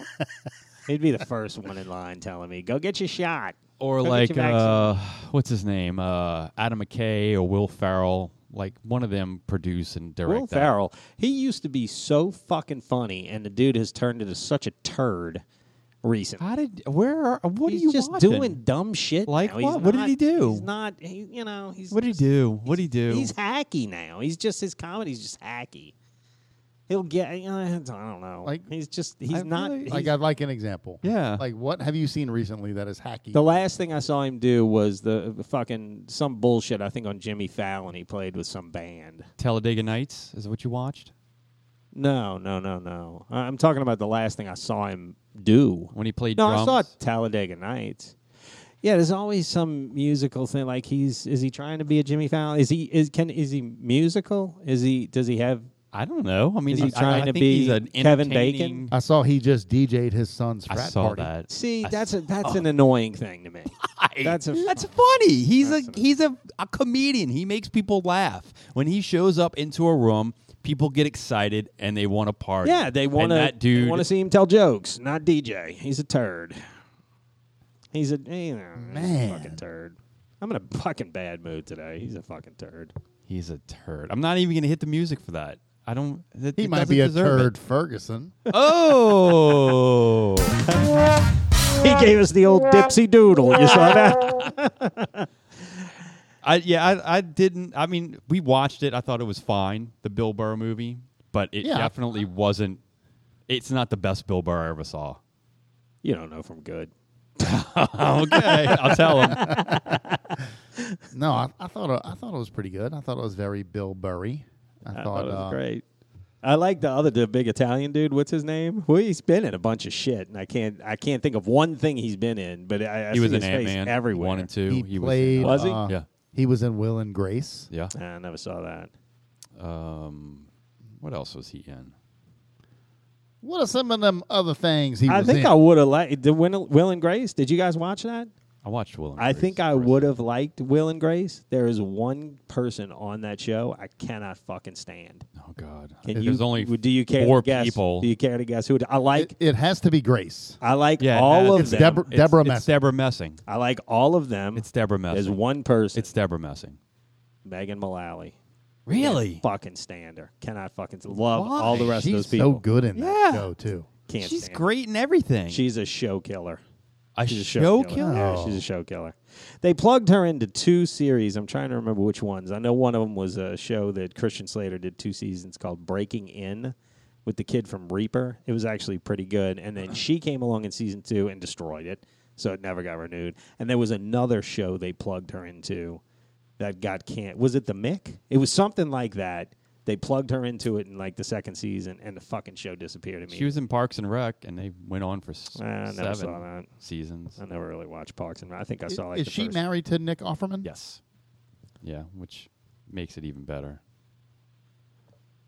[SPEAKER 1] He'd be the first one in line telling me, go get your shot.
[SPEAKER 2] Or
[SPEAKER 1] Go get
[SPEAKER 2] like
[SPEAKER 1] your vaccine."
[SPEAKER 2] uh, what's his name? Uh, Adam McKay or Will Farrell. Like one of them produce and direct.
[SPEAKER 1] Will
[SPEAKER 2] that.
[SPEAKER 1] Farrell. He used to be so fucking funny, and the dude has turned into such a turd recently.
[SPEAKER 2] How did? Where are? What
[SPEAKER 1] he's
[SPEAKER 2] are you
[SPEAKER 1] just
[SPEAKER 2] watching?
[SPEAKER 1] doing dumb shit.
[SPEAKER 2] Like
[SPEAKER 1] now. He's
[SPEAKER 2] what? What did
[SPEAKER 1] not-
[SPEAKER 2] he do?
[SPEAKER 1] He's not. He, you know. He's.
[SPEAKER 2] What did he do? What did he do?
[SPEAKER 1] He's hacky now. He's just his comedy's just hacky. He'll get. You know, I don't know.
[SPEAKER 3] Like-
[SPEAKER 1] he's just. He's
[SPEAKER 2] I
[SPEAKER 1] not.
[SPEAKER 2] feel like-
[SPEAKER 1] he's-
[SPEAKER 3] Like I'd like an example.
[SPEAKER 2] Yeah.
[SPEAKER 3] Like what have you seen recently that is hacky?
[SPEAKER 1] the last thing I saw him do was the the fucking some bullshit. I think on Jimmy Fallon, he played with some band.
[SPEAKER 2] Talladega Nights is what you watched
[SPEAKER 1] No, no, no, no. I- I'm talking about the last thing I saw him do.
[SPEAKER 2] when he played.
[SPEAKER 1] No,
[SPEAKER 2] drums?
[SPEAKER 1] I saw Talladega Nights. Yeah, there's always some musical thing. Like he's is he trying to be a Jimmy Fallon? Is he is can is he musical? Is he does he have?
[SPEAKER 2] I don't know. I mean,
[SPEAKER 1] Is he
[SPEAKER 2] I- I- I
[SPEAKER 1] trying to
[SPEAKER 2] think he's
[SPEAKER 1] be
[SPEAKER 2] an
[SPEAKER 1] Kevin
[SPEAKER 2] entertaining-
[SPEAKER 3] I saw he just DJ'd his son's
[SPEAKER 2] I
[SPEAKER 3] frat
[SPEAKER 2] saw
[SPEAKER 3] party.
[SPEAKER 2] that.
[SPEAKER 1] See,
[SPEAKER 2] I
[SPEAKER 1] that's a, that's an annoying thing to me. That's a
[SPEAKER 2] That's funny. He's a he's a, a comedian. He makes people laugh. When he shows up into a room, people get excited and they want to party.
[SPEAKER 1] yeah. They
[SPEAKER 2] And
[SPEAKER 1] want to
[SPEAKER 2] that dude.
[SPEAKER 1] want to see him tell jokes, not DJ. He's a turd. He's a you know, man. He's a fucking
[SPEAKER 3] Man.
[SPEAKER 1] turd. I'm in a fucking bad mood today. He's a fucking turd.
[SPEAKER 2] he's a turd. I'm not even gonna hit the music for that. I don't. That,
[SPEAKER 3] He
[SPEAKER 2] it
[SPEAKER 3] might
[SPEAKER 2] doesn't
[SPEAKER 3] be a
[SPEAKER 2] deserve it.
[SPEAKER 3] turd Ferguson.
[SPEAKER 2] [laughs] Oh,
[SPEAKER 1] He gave us the old dipsy doodle. You saw
[SPEAKER 2] [laughs]
[SPEAKER 1] that?
[SPEAKER 2] I yeah. I, I didn't. I mean, we watched it. I thought it was fine. The Bill Burr movie, but it
[SPEAKER 3] Yeah.
[SPEAKER 2] definitely wasn't. It's not the best Bill Burr I
[SPEAKER 1] [laughs]
[SPEAKER 2] ever saw.
[SPEAKER 1] You don't know from good.
[SPEAKER 2] Okay, [laughs] I'll tell him.
[SPEAKER 3] No, uh, I, I thought it, I thought it was pretty good. I thought it was very Bill Burry. I,
[SPEAKER 1] I thought it was
[SPEAKER 3] uh,
[SPEAKER 1] great. I like the other the big Italian dude. What's his name? Well, he's been in a bunch of shit, and I can't I can't think of one thing he's been in. But I, I
[SPEAKER 2] he was
[SPEAKER 1] see
[SPEAKER 2] in
[SPEAKER 1] his
[SPEAKER 2] Ant
[SPEAKER 1] face
[SPEAKER 2] Man
[SPEAKER 1] everywhere.
[SPEAKER 2] one and two. was
[SPEAKER 3] He,
[SPEAKER 2] in,
[SPEAKER 3] played.
[SPEAKER 2] uh,
[SPEAKER 1] Was he?
[SPEAKER 3] uh,
[SPEAKER 2] Yeah.
[SPEAKER 3] He was in Will and Grace.
[SPEAKER 2] yeah.
[SPEAKER 1] Ah, I never saw that.
[SPEAKER 2] Um, what else was he in?
[SPEAKER 3] What are some of them other things he
[SPEAKER 1] I
[SPEAKER 3] was
[SPEAKER 1] think
[SPEAKER 3] in?
[SPEAKER 1] I would have liked the Will, Will and Grace. Did you guys watch that?
[SPEAKER 2] I watched Will. And
[SPEAKER 1] I
[SPEAKER 2] Grace
[SPEAKER 1] think I
[SPEAKER 2] the rest
[SPEAKER 1] would have liked Will and Grace. There is one person on that show I cannot fucking stand.
[SPEAKER 2] of- Oh God.
[SPEAKER 1] Can
[SPEAKER 2] There's
[SPEAKER 1] you?
[SPEAKER 2] only
[SPEAKER 1] do you care
[SPEAKER 2] four
[SPEAKER 1] to guess?
[SPEAKER 2] people.
[SPEAKER 1] Do you care to guess who? it- I like.
[SPEAKER 3] it, it has to be Grace.
[SPEAKER 1] I like
[SPEAKER 2] Yeah, it has-
[SPEAKER 1] all of
[SPEAKER 2] It's
[SPEAKER 1] them.
[SPEAKER 3] Deborah-
[SPEAKER 2] It's-
[SPEAKER 3] Deborah
[SPEAKER 2] it's
[SPEAKER 3] Messing.
[SPEAKER 2] Deborah Messing.
[SPEAKER 1] I like all of them.
[SPEAKER 2] It's Deborah Messing.
[SPEAKER 1] There's one person.
[SPEAKER 2] It's Deborah Messing.
[SPEAKER 1] Megan Mullally.
[SPEAKER 2] Really?
[SPEAKER 1] Fucking stand her. Cannot fucking love
[SPEAKER 2] Why?
[SPEAKER 1] all the rest
[SPEAKER 3] She's
[SPEAKER 1] of those people.
[SPEAKER 3] so good in that
[SPEAKER 2] Yeah.
[SPEAKER 3] show too.
[SPEAKER 1] Can't
[SPEAKER 2] She's
[SPEAKER 1] stand her.
[SPEAKER 2] great in everything.
[SPEAKER 1] She's a show killer.
[SPEAKER 2] a
[SPEAKER 1] She's a
[SPEAKER 2] show
[SPEAKER 1] show
[SPEAKER 2] killer.
[SPEAKER 1] Yeah, she's a show killer. They plugged her into two series. I'm trying to remember which ones. I know one of them was a show that Christian Slater did two seasons called Breaking In with the kid from Reaper. It was actually pretty good. And then she came along in season two and destroyed it. So it never got renewed. And there was another show they plugged her into that got can't. Was it The Mick? It was something like that. They plugged her into it in like the second season, and the fucking show disappeared.
[SPEAKER 2] She was in Parks and Rec, and they went on for s-
[SPEAKER 1] Uh, I never saw
[SPEAKER 2] seven
[SPEAKER 1] that.
[SPEAKER 2] seasons.
[SPEAKER 1] I never really watched Parks and Rec. I think I saw like
[SPEAKER 3] is
[SPEAKER 1] the
[SPEAKER 3] she
[SPEAKER 1] first-
[SPEAKER 3] married to Nick Offerman?
[SPEAKER 2] Yes. Yeah, which makes it even better.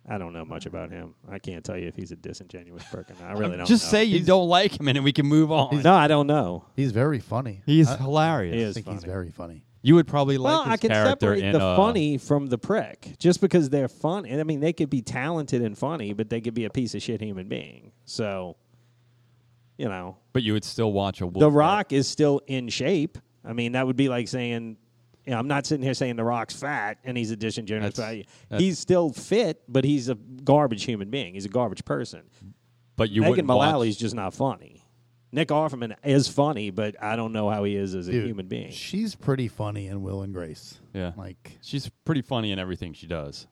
[SPEAKER 1] I don't know much about him. I can't tell you if he's a disingenuous prick or not. I
[SPEAKER 3] [laughs]
[SPEAKER 1] really don't.
[SPEAKER 2] Just
[SPEAKER 1] know.
[SPEAKER 2] say you don't like him, and then we can move on.
[SPEAKER 1] No, I don't know.
[SPEAKER 3] He's very funny.
[SPEAKER 2] He's
[SPEAKER 3] I,
[SPEAKER 2] hilarious.
[SPEAKER 1] He
[SPEAKER 3] I
[SPEAKER 1] is
[SPEAKER 3] think he's
[SPEAKER 1] funny.
[SPEAKER 3] very funny.
[SPEAKER 2] You would probably
[SPEAKER 1] well,
[SPEAKER 2] like
[SPEAKER 1] I
[SPEAKER 2] his
[SPEAKER 1] can
[SPEAKER 2] character
[SPEAKER 1] separate
[SPEAKER 2] in
[SPEAKER 1] the
[SPEAKER 2] uh,
[SPEAKER 1] funny from the prick just because they're fun. And I mean, they could be talented and funny, but they could be a piece of shit human being. So, you know,
[SPEAKER 2] But you would still watch a Wolf
[SPEAKER 1] The Rock is still in shape. I mean, that would be like saying, you know, I'm not sitting here saying The Rock's fat and he's a disingenuous.
[SPEAKER 2] That's-
[SPEAKER 1] value.
[SPEAKER 2] that's-
[SPEAKER 1] he's still fit, but he's a garbage human being. He's a garbage person.
[SPEAKER 2] But you
[SPEAKER 1] Megan
[SPEAKER 2] wouldn't
[SPEAKER 1] Mullally's
[SPEAKER 2] watch.
[SPEAKER 1] just not funny. Nick Offerman is funny, but I don't know how he is as a
[SPEAKER 3] Dude,
[SPEAKER 1] human being.
[SPEAKER 3] She's pretty funny in Will and Grace.
[SPEAKER 2] Yeah.
[SPEAKER 3] Like,
[SPEAKER 2] She's pretty funny in everything she does.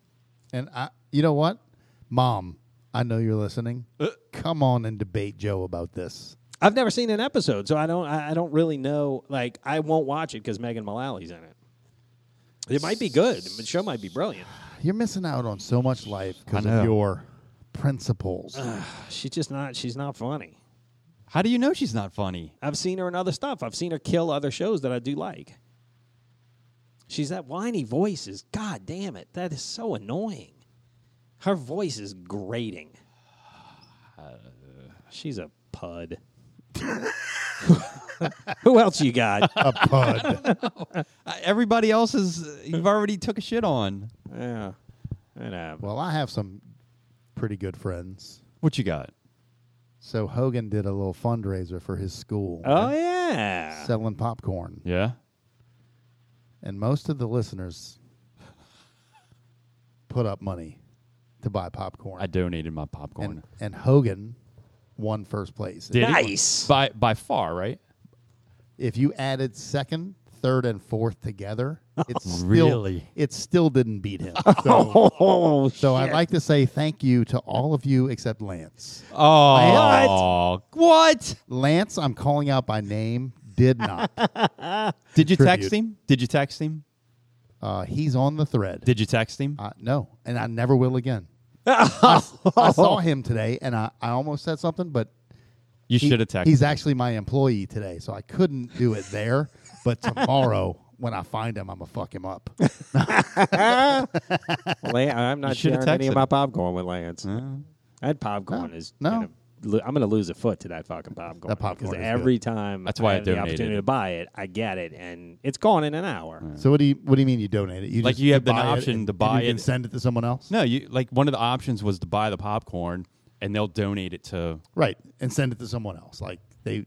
[SPEAKER 3] and I, you know what, Mom, I know you're listening.
[SPEAKER 1] Uh.
[SPEAKER 3] Come on and debate Joe about this.
[SPEAKER 1] I've never seen an episode, so I don't. I I don't really know. Like, I won't watch it because Megan Mullally's in it. It might be good. The show might be brilliant.
[SPEAKER 3] You're missing out on so much life because
[SPEAKER 2] I know.
[SPEAKER 3] of your principles.
[SPEAKER 1] She's just not. She's not funny.
[SPEAKER 2] How do you know she's not funny?
[SPEAKER 1] I've seen her in other stuff. I've seen her kill other shows that I do like. She's that whiny voice is god damn it. That is so annoying. Her voice is grating. She's a pud. [laughs] Who else you got?
[SPEAKER 2] [laughs]
[SPEAKER 3] a pud.
[SPEAKER 2] Uh, everybody else is. uh,
[SPEAKER 1] [laughs]
[SPEAKER 2] You've already took a shit on.
[SPEAKER 1] yeah. And, uh,
[SPEAKER 3] well, I have some pretty good friends.
[SPEAKER 2] What you got?
[SPEAKER 3] So Hogan did a little fundraiser for his school,
[SPEAKER 1] oh yeah.
[SPEAKER 3] selling popcorn,
[SPEAKER 2] Yeah.
[SPEAKER 3] and most of the listeners put up money to buy popcorn.
[SPEAKER 2] I donated my popcorn.
[SPEAKER 3] and, and Hogan won first place.
[SPEAKER 2] Did he?
[SPEAKER 1] Nice.
[SPEAKER 2] by by far, right?
[SPEAKER 3] If you added second, third, and
[SPEAKER 2] [laughs]
[SPEAKER 3] fourth together, it's still,
[SPEAKER 2] Really?
[SPEAKER 3] it still didn't
[SPEAKER 2] [laughs]
[SPEAKER 3] beat him. So,
[SPEAKER 1] Oh,
[SPEAKER 3] so I'd like to say thank you to all of you except Lance.
[SPEAKER 2] Oh, what?
[SPEAKER 3] Lance, I'm calling out by name,
[SPEAKER 2] [laughs]
[SPEAKER 3] did not.
[SPEAKER 2] Did you
[SPEAKER 3] Tribute.
[SPEAKER 2] text him? Did you text him?
[SPEAKER 3] Uh, he's on the thread.
[SPEAKER 2] Did you text him?
[SPEAKER 3] Uh, no, and I never
[SPEAKER 2] [laughs]
[SPEAKER 3] will again. I, s- I saw him today, and I, I almost said something, but
[SPEAKER 2] you
[SPEAKER 3] he-
[SPEAKER 2] should have texted.
[SPEAKER 3] he's
[SPEAKER 2] him.
[SPEAKER 3] actually my employee today, so I couldn't do it there.
[SPEAKER 2] [laughs]
[SPEAKER 3] but tomorrow, when I find him, I'm gonna fuck him up.
[SPEAKER 1] Lan- I'm not
[SPEAKER 2] shoulda
[SPEAKER 1] sharing any
[SPEAKER 2] texted
[SPEAKER 1] of my popcorn with Lance. That popcorn
[SPEAKER 3] No,
[SPEAKER 1] is
[SPEAKER 3] no.
[SPEAKER 1] Gonna, lo- I'm going to lose a foot to that fucking popcorn.
[SPEAKER 3] That popcorn
[SPEAKER 1] because
[SPEAKER 3] is
[SPEAKER 1] every time
[SPEAKER 2] That's why I
[SPEAKER 1] have the
[SPEAKER 2] donated
[SPEAKER 1] opportunity
[SPEAKER 2] it.
[SPEAKER 1] to buy it, I get it, and it's gone in an hour.
[SPEAKER 3] So what do you what do you mean you donate it? You
[SPEAKER 2] Like
[SPEAKER 3] just,
[SPEAKER 2] you have an
[SPEAKER 3] buy it
[SPEAKER 2] option
[SPEAKER 3] and-
[SPEAKER 2] to
[SPEAKER 3] and
[SPEAKER 2] buy
[SPEAKER 3] you can
[SPEAKER 2] it.
[SPEAKER 3] send it to someone else,
[SPEAKER 2] No, you like one of the options was to buy the popcorn and they'll donate it to
[SPEAKER 3] right? And send it to someone else. Like they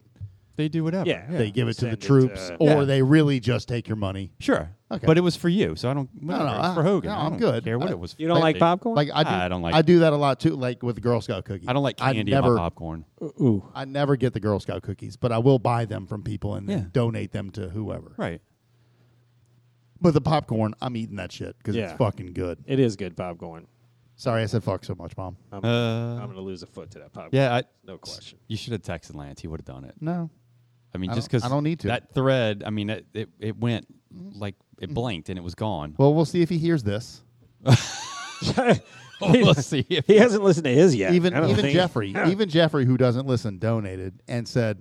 [SPEAKER 2] they do whatever.
[SPEAKER 1] Yeah.
[SPEAKER 3] they give it to
[SPEAKER 1] Send
[SPEAKER 3] the
[SPEAKER 1] it to-
[SPEAKER 3] troops, or
[SPEAKER 2] Yeah.
[SPEAKER 3] they really just take your money.
[SPEAKER 2] Sure.
[SPEAKER 3] Okay.
[SPEAKER 2] But it was for you, so I don't whatever.
[SPEAKER 3] no,
[SPEAKER 2] It's
[SPEAKER 3] I-
[SPEAKER 2] for Hogan.
[SPEAKER 3] no,
[SPEAKER 2] I
[SPEAKER 3] I'm
[SPEAKER 2] don't
[SPEAKER 3] good.
[SPEAKER 2] Care what
[SPEAKER 3] I-
[SPEAKER 2] it was.
[SPEAKER 1] You don't
[SPEAKER 2] for.
[SPEAKER 1] like
[SPEAKER 2] They-
[SPEAKER 1] popcorn?
[SPEAKER 3] Like I do,
[SPEAKER 2] I don't like-
[SPEAKER 3] I do that a lot too. Like with the Girl Scout cookie.
[SPEAKER 2] I don't like candy
[SPEAKER 3] I
[SPEAKER 2] in
[SPEAKER 3] never,
[SPEAKER 2] my popcorn.
[SPEAKER 1] Ooh,
[SPEAKER 3] I never get the Girl Scout cookies, but I will buy them from people and then
[SPEAKER 2] Yeah.
[SPEAKER 3] donate them to whoever.
[SPEAKER 2] Right.
[SPEAKER 3] But the popcorn, I'm eating that shit because
[SPEAKER 1] Yeah.
[SPEAKER 3] it's fucking good.
[SPEAKER 1] it is good popcorn.
[SPEAKER 3] Sorry, I said fuck so much, mom.
[SPEAKER 1] I'm,
[SPEAKER 2] Uh,
[SPEAKER 1] I'm going to lose a foot to that popcorn.
[SPEAKER 2] yeah, I,
[SPEAKER 1] no question.
[SPEAKER 2] you should have texted Lance. He would have done it.
[SPEAKER 3] No,
[SPEAKER 2] I mean,
[SPEAKER 3] I
[SPEAKER 2] just
[SPEAKER 3] don't-
[SPEAKER 2] because
[SPEAKER 3] I don't need to. Mm-hmm.
[SPEAKER 2] That thread, I mean, it, it, it went like it blinked and it was gone.
[SPEAKER 3] well, we'll see if he hears this.
[SPEAKER 2] Let's see
[SPEAKER 1] [laughs]
[SPEAKER 2] if
[SPEAKER 1] He hasn't listened to his yet.
[SPEAKER 3] even
[SPEAKER 1] I don't
[SPEAKER 3] even
[SPEAKER 1] think. [laughs]
[SPEAKER 3] Jeffrey,
[SPEAKER 1] Yeah.
[SPEAKER 3] even Jeffrey, who doesn't listen, donated and said,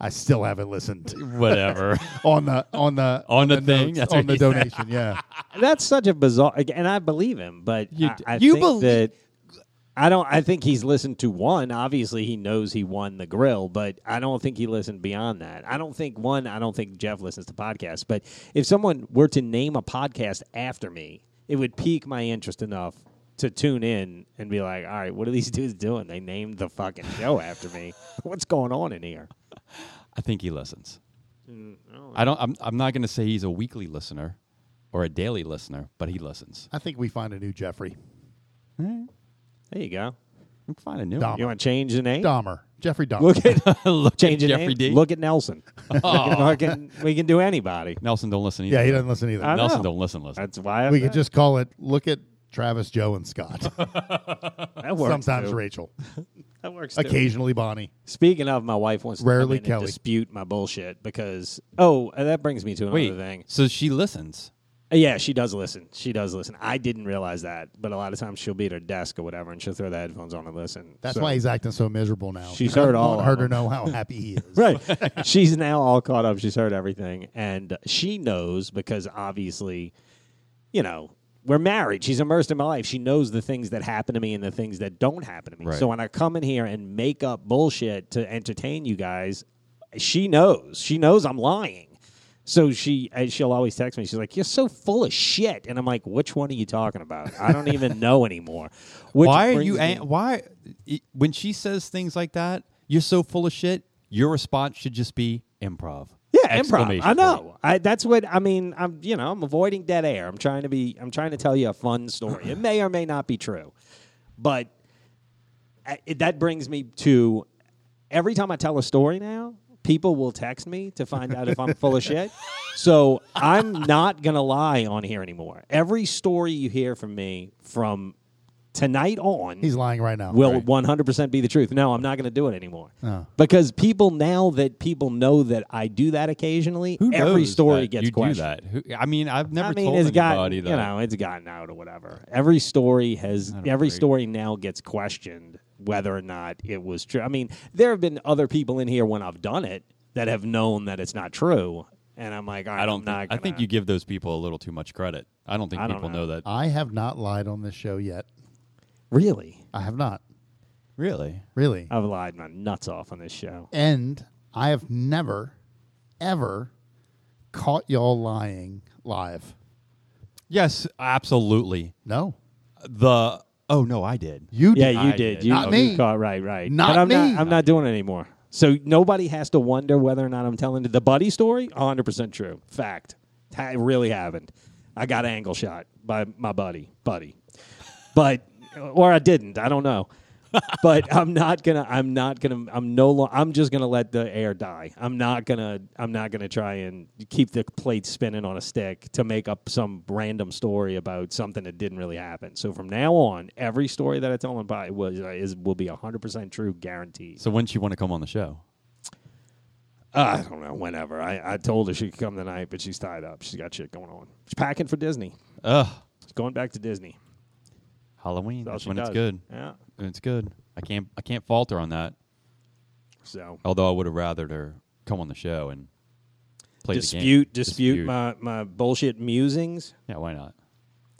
[SPEAKER 3] "I still haven't
[SPEAKER 2] [laughs]
[SPEAKER 3] listened."
[SPEAKER 1] [laughs]
[SPEAKER 2] whatever.
[SPEAKER 3] on the on the
[SPEAKER 2] On the thing,
[SPEAKER 3] notes,
[SPEAKER 2] that's
[SPEAKER 3] on
[SPEAKER 2] what
[SPEAKER 3] the
[SPEAKER 2] he said.
[SPEAKER 3] donation. Yeah,
[SPEAKER 1] That's such a bizarre, and I believe him, but
[SPEAKER 2] You
[SPEAKER 1] I,
[SPEAKER 2] d-
[SPEAKER 1] I
[SPEAKER 2] you
[SPEAKER 1] think
[SPEAKER 2] belie-
[SPEAKER 1] that I don't. I think he's listened to one. Obviously, he knows he won the grill, but I don't think he listened beyond that. I don't think one. I don't think Jeff listens to podcasts. But if someone were to name a podcast after me, it would pique my interest enough to tune in and be like, "All right, what are these [laughs] dudes doing? They named the fucking show after me. [laughs] What's going on in here?"
[SPEAKER 2] I think he listens.
[SPEAKER 1] Mm,
[SPEAKER 2] I don't. I'm. I'm not going to say he's a weekly listener or a daily listener, but he listens.
[SPEAKER 3] I think we find a new Jeffrey
[SPEAKER 1] There you go.
[SPEAKER 2] I'm fine. I knew.
[SPEAKER 3] Dom.
[SPEAKER 1] You want to change the name?
[SPEAKER 3] Dahmer, Jeffrey Dahmer.
[SPEAKER 1] Look at
[SPEAKER 2] [laughs] Look at
[SPEAKER 1] change the
[SPEAKER 2] Jeffrey
[SPEAKER 1] name.
[SPEAKER 2] D. Oh.
[SPEAKER 1] Look at
[SPEAKER 2] [laughs]
[SPEAKER 1] Nelson. we, [laughs] can, I can- we can do anybody.
[SPEAKER 2] Nelson don't listen. Either.
[SPEAKER 3] yeah, he doesn't listen either.
[SPEAKER 1] I know.
[SPEAKER 2] Nelson don't listen. Listen.
[SPEAKER 1] That's why I
[SPEAKER 3] we could just call it. Look at Travis, Joe,
[SPEAKER 1] [laughs]
[SPEAKER 3] and Scott.
[SPEAKER 1] that works
[SPEAKER 3] Sometimes
[SPEAKER 1] too.
[SPEAKER 3] Rachel,
[SPEAKER 1] That works. too.
[SPEAKER 3] occasionally Bonnie.
[SPEAKER 1] Speaking of, my wife wants to come in
[SPEAKER 3] Rarely
[SPEAKER 1] and
[SPEAKER 3] Kelly.
[SPEAKER 1] dispute my bullshit because oh, uh, that brings me to another
[SPEAKER 2] Wait.
[SPEAKER 1] thing.
[SPEAKER 2] So she listens.
[SPEAKER 1] Uh, Yeah, she does listen. She does listen. I didn't realize that, but a lot of times she'll be at her desk or whatever, and she'll throw the headphones on and listen.
[SPEAKER 3] That's
[SPEAKER 1] So-
[SPEAKER 3] why he's acting so miserable now.
[SPEAKER 1] She's
[SPEAKER 3] I
[SPEAKER 1] heard all
[SPEAKER 3] want
[SPEAKER 1] of
[SPEAKER 3] her to
[SPEAKER 1] them.
[SPEAKER 3] know how
[SPEAKER 1] [laughs]
[SPEAKER 3] happy he is.
[SPEAKER 1] Right.
[SPEAKER 2] [laughs]
[SPEAKER 1] She's now all caught up. She's heard everything. And she knows because obviously, you know, we're married. She's immersed in my life. She knows the things that happen to me and the things that don't happen to me.
[SPEAKER 2] Right.
[SPEAKER 1] So when I come in here and make up bullshit to entertain you guys, she knows. She knows I'm lying. So she uh, she'll always text me. She's like, "You're so full of shit," and I'm like, "Which one are you talking about? I don't
[SPEAKER 2] [laughs]
[SPEAKER 1] even know anymore." Which
[SPEAKER 2] why are
[SPEAKER 1] brings
[SPEAKER 2] you?
[SPEAKER 1] me-
[SPEAKER 2] An- why? i- When she says things like that, you're so full of shit. Your response should just be improv.
[SPEAKER 1] Yeah, improv.
[SPEAKER 2] Exclamation
[SPEAKER 1] I
[SPEAKER 2] point.
[SPEAKER 1] know. I, that's what I mean. I'm you know I'm avoiding dead air. I'm trying to be. I'm trying to tell you a fun story. it may or may not be true, but I, it, that brings me to every time I tell a story now, people will text me to find out if I'm full of shit. So I'm not gonna lie on here anymore. Every story you hear from me from tonight on,
[SPEAKER 3] He's lying right now.
[SPEAKER 1] will
[SPEAKER 3] Right.
[SPEAKER 1] 100% be the truth. No, I'm not going to do it anymore.
[SPEAKER 2] Oh.
[SPEAKER 1] Because people now that people know that I do that occasionally,
[SPEAKER 2] Who
[SPEAKER 1] every
[SPEAKER 2] knows
[SPEAKER 1] story
[SPEAKER 2] that
[SPEAKER 1] gets
[SPEAKER 2] you
[SPEAKER 1] questioned.
[SPEAKER 2] do that? Who, I mean, I've never
[SPEAKER 1] I mean,
[SPEAKER 2] told
[SPEAKER 1] it's
[SPEAKER 2] anybody
[SPEAKER 1] gotten
[SPEAKER 2] that.
[SPEAKER 1] you know it's gotten out or whatever. Every story has every
[SPEAKER 2] agree.
[SPEAKER 1] story now gets questioned whether or not it was true. I mean, there have been other people in here when I've done it that have known that it's not true, and I'm like, all right,
[SPEAKER 2] I
[SPEAKER 1] I'm
[SPEAKER 2] don't.
[SPEAKER 1] not
[SPEAKER 2] Think, I think
[SPEAKER 1] gonna-
[SPEAKER 2] you give those people a little too much credit. I don't think
[SPEAKER 1] I don't
[SPEAKER 2] people
[SPEAKER 1] know.
[SPEAKER 2] know. that.
[SPEAKER 3] I have not lied on this show yet.
[SPEAKER 1] really.
[SPEAKER 3] I have not
[SPEAKER 2] Really?
[SPEAKER 3] really,
[SPEAKER 1] I've lied my nuts off on this show.
[SPEAKER 3] and I have never, ever caught y'all lying live.
[SPEAKER 2] Yes, absolutely.
[SPEAKER 3] No,
[SPEAKER 2] The oh no, I did.
[SPEAKER 3] you
[SPEAKER 1] Yeah,
[SPEAKER 3] did.
[SPEAKER 1] you
[SPEAKER 2] I
[SPEAKER 1] did.
[SPEAKER 2] did.
[SPEAKER 1] You,
[SPEAKER 3] Not
[SPEAKER 1] you
[SPEAKER 3] me.
[SPEAKER 1] caught right, right.
[SPEAKER 3] Not
[SPEAKER 1] but I'm
[SPEAKER 3] me.
[SPEAKER 1] Not, I'm not doing it anymore. So nobody has to wonder whether or not I'm telling the buddy story. 100 percent true. Fact. Ha- It really happened. I got angle shot by my buddy, buddy, but or I didn't. I don't know. but I'm not gonna. I'm not gonna. I'm no. Lo- I'm just gonna let the air die. I'm not gonna. I'm not gonna try and keep the plate spinning on a stick to make up some random story about something that didn't really happen. So from now on, every story that I tell about was is will be 100 percent true, guaranteed.
[SPEAKER 2] So when she want to come on the show?
[SPEAKER 1] Uh, I don't know. Whenever I, I told her she could come tonight, but she's tied up. She's got shit going on. She's packing for Disney.
[SPEAKER 2] Ugh,
[SPEAKER 1] She's going back to Disney.
[SPEAKER 2] Halloween.
[SPEAKER 1] That's all
[SPEAKER 2] That's
[SPEAKER 1] she
[SPEAKER 2] when it's
[SPEAKER 1] does.
[SPEAKER 2] good.
[SPEAKER 1] Yeah.
[SPEAKER 2] When It's good. I can't. I can't falter on that.
[SPEAKER 1] So
[SPEAKER 2] Although I would have rathered her come on the show and play the game.
[SPEAKER 1] dispute, dispute, my my bullshit musings.
[SPEAKER 2] Yeah, why not?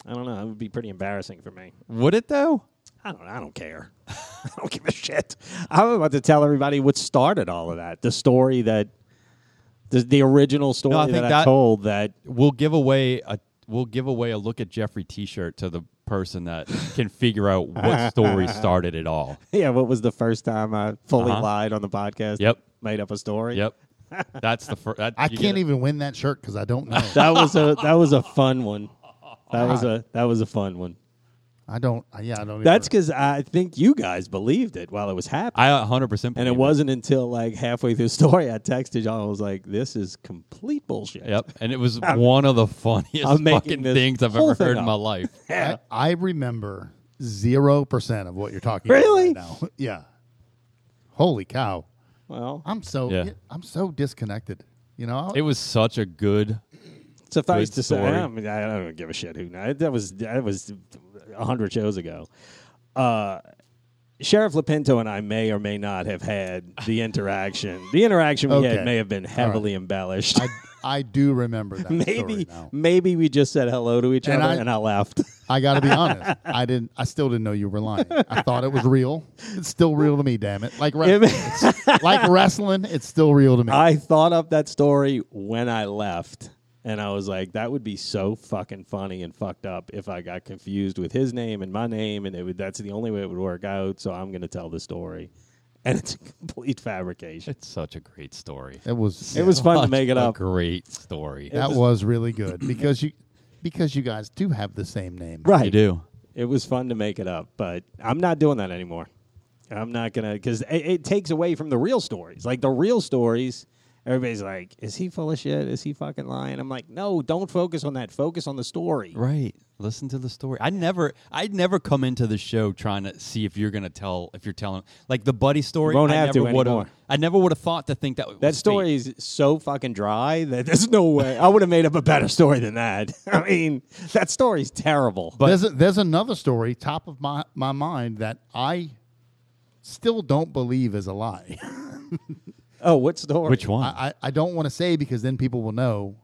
[SPEAKER 1] I don't know. It would be pretty embarrassing for me.
[SPEAKER 2] Would it though?
[SPEAKER 1] I don't. I don't care. [laughs] I don't give a shit. I'm about to tell everybody what started all of that. The story that the, the original story
[SPEAKER 2] think
[SPEAKER 1] that, I
[SPEAKER 2] that-
[SPEAKER 1] told that [laughs]
[SPEAKER 2] We'll give away a. We'll give away a look at Jeffrey T-shirt to the person that can figure
[SPEAKER 1] [laughs]
[SPEAKER 2] out what story started it all.
[SPEAKER 1] yeah, what was the first time I fully
[SPEAKER 2] Uh-huh.
[SPEAKER 1] lied on the podcast?
[SPEAKER 2] Yep.
[SPEAKER 1] made up a story.
[SPEAKER 2] [laughs] Yep. That's the first. That,
[SPEAKER 3] I
[SPEAKER 2] you get
[SPEAKER 3] can't
[SPEAKER 2] it.
[SPEAKER 3] even win that shirt because I don't know.
[SPEAKER 1] that was a that was a fun
[SPEAKER 2] [laughs]
[SPEAKER 1] one. That was a that was a fun one.
[SPEAKER 3] I don't. I- Yeah, I don't.
[SPEAKER 1] That's
[SPEAKER 3] either.
[SPEAKER 1] because I think you guys believed it while it was happening.
[SPEAKER 2] I 100 percent.
[SPEAKER 1] And it wasn't until like halfway through the [laughs] story I texted y'all. I was like, "This is complete bullshit."
[SPEAKER 2] Yep, and
[SPEAKER 1] [laughs]
[SPEAKER 2] it was one of the funniest
[SPEAKER 1] I'm making
[SPEAKER 2] fucking
[SPEAKER 1] this
[SPEAKER 2] things I've
[SPEAKER 1] whole
[SPEAKER 2] ever
[SPEAKER 1] thing
[SPEAKER 2] heard in my
[SPEAKER 1] up.
[SPEAKER 2] life.
[SPEAKER 3] I, I remember zero percent of what you're talking
[SPEAKER 1] Really?
[SPEAKER 3] about right now. [laughs] yeah. Holy cow!
[SPEAKER 1] Well,
[SPEAKER 3] I'm so
[SPEAKER 2] Yeah.
[SPEAKER 3] I'm so disconnected. You know,
[SPEAKER 2] It was such a good.
[SPEAKER 1] Suffice
[SPEAKER 2] Good
[SPEAKER 1] to say,
[SPEAKER 2] story.
[SPEAKER 1] I, mean, I don't give a shit who. kn- That was that was a hundred shows ago. Uh, Sheriff Lepinto and I may or may not have had the
[SPEAKER 3] [laughs]
[SPEAKER 1] interaction. the interaction we
[SPEAKER 3] Okay.
[SPEAKER 1] had may have been heavily embellished. [laughs]
[SPEAKER 3] I, I do remember that. story
[SPEAKER 1] maybe
[SPEAKER 3] now.
[SPEAKER 1] maybe we just said hello to each
[SPEAKER 3] And
[SPEAKER 1] other
[SPEAKER 3] I-
[SPEAKER 1] and I left.
[SPEAKER 3] I got to be honest. I didn't. I still didn't know you were lying. I thought it was real. It's still real to me. Damn it! Like
[SPEAKER 1] It-
[SPEAKER 3] wrestling, it's, like wrestling, it's still real to me.
[SPEAKER 1] I thought up that story when I left, and I was like, that would be so fucking funny and fucked up if I got confused with his name and my name, and it would, that's the only way it would work out. So I'm going to tell the story, [laughs] and it's a complete fabrication.
[SPEAKER 2] It's such a great story.
[SPEAKER 3] it was.
[SPEAKER 1] It was fun to
[SPEAKER 2] Such
[SPEAKER 1] make it
[SPEAKER 2] a
[SPEAKER 1] up.
[SPEAKER 2] Great story.
[SPEAKER 3] That was, really good because you because you guys do have the same name.
[SPEAKER 1] Right.
[SPEAKER 2] You do.
[SPEAKER 1] It was fun to make it up, but I'm not doing that anymore. I'm not gonna because it, it takes away from the real stories. Like the real stories, everybody's like, "Is he full of shit? Is he fucking lying?" I'm like, "No, don't focus on that. Focus on the story."
[SPEAKER 2] Right. Listen to the story. I never I'd never come into the show trying to see if you're gonna tell if you're telling like the buddy story.
[SPEAKER 1] Won't
[SPEAKER 2] I
[SPEAKER 1] have
[SPEAKER 2] never
[SPEAKER 1] to
[SPEAKER 2] would've-
[SPEAKER 1] anymore.
[SPEAKER 2] I never would have thought to think that was
[SPEAKER 1] That
[SPEAKER 2] fake.
[SPEAKER 1] story is so fucking dry that there's no way I would have made up a better story than that. [laughs] I mean, that story's terrible. But
[SPEAKER 3] there's a, there's another story top of my my mind that I still don't believe is a lie.
[SPEAKER 1] oh, what story?
[SPEAKER 2] Which one?
[SPEAKER 3] I, I, I don't want to say because then people will know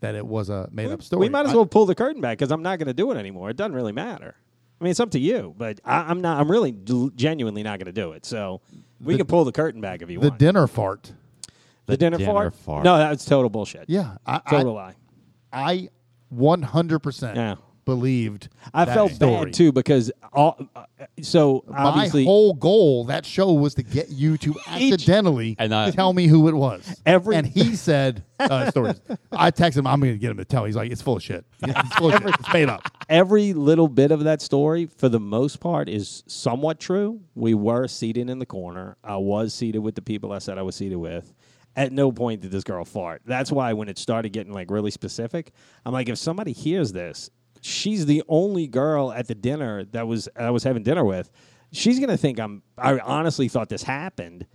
[SPEAKER 3] that it was a made up story.
[SPEAKER 1] We might as
[SPEAKER 3] I-
[SPEAKER 1] well pull the curtain back because I'm not going to do it anymore. It doesn't really matter. I mean, it's up to you, but I, I'm not. I'm really gel- genuinely not going to do it. So we can pull the curtain back if you
[SPEAKER 3] the
[SPEAKER 1] want.
[SPEAKER 3] dinner fart.
[SPEAKER 1] the dinner,
[SPEAKER 2] dinner
[SPEAKER 1] fart?
[SPEAKER 2] fart.
[SPEAKER 1] No, that's total bullshit.
[SPEAKER 3] Yeah, I
[SPEAKER 1] total lie.
[SPEAKER 3] I one hundred percent
[SPEAKER 1] Yeah.
[SPEAKER 3] believed.
[SPEAKER 1] I
[SPEAKER 3] that
[SPEAKER 1] felt
[SPEAKER 3] story.
[SPEAKER 1] bad too because all. Uh, so
[SPEAKER 3] My
[SPEAKER 1] obviously,
[SPEAKER 3] whole goal that show was to get you
[SPEAKER 1] [laughs]
[SPEAKER 3] to accidentally
[SPEAKER 2] And I-
[SPEAKER 3] tell me who it was.
[SPEAKER 1] Every- [laughs]
[SPEAKER 3] and he said uh, stories. I texted him. I'm going to get him to tell. He's like, it's full of shit. [laughs] It's full of shit. It's made up.
[SPEAKER 1] every little bit of that story, for the most part, is somewhat true. We were seated in the corner. I was seated with the people I said I was seated with. At no point did this girl fart. That's why when it started getting like really specific, I'm like, if somebody hears this, she's the only girl at the dinner that was I was having dinner with. She's gonna think I'm. I honestly thought this happened,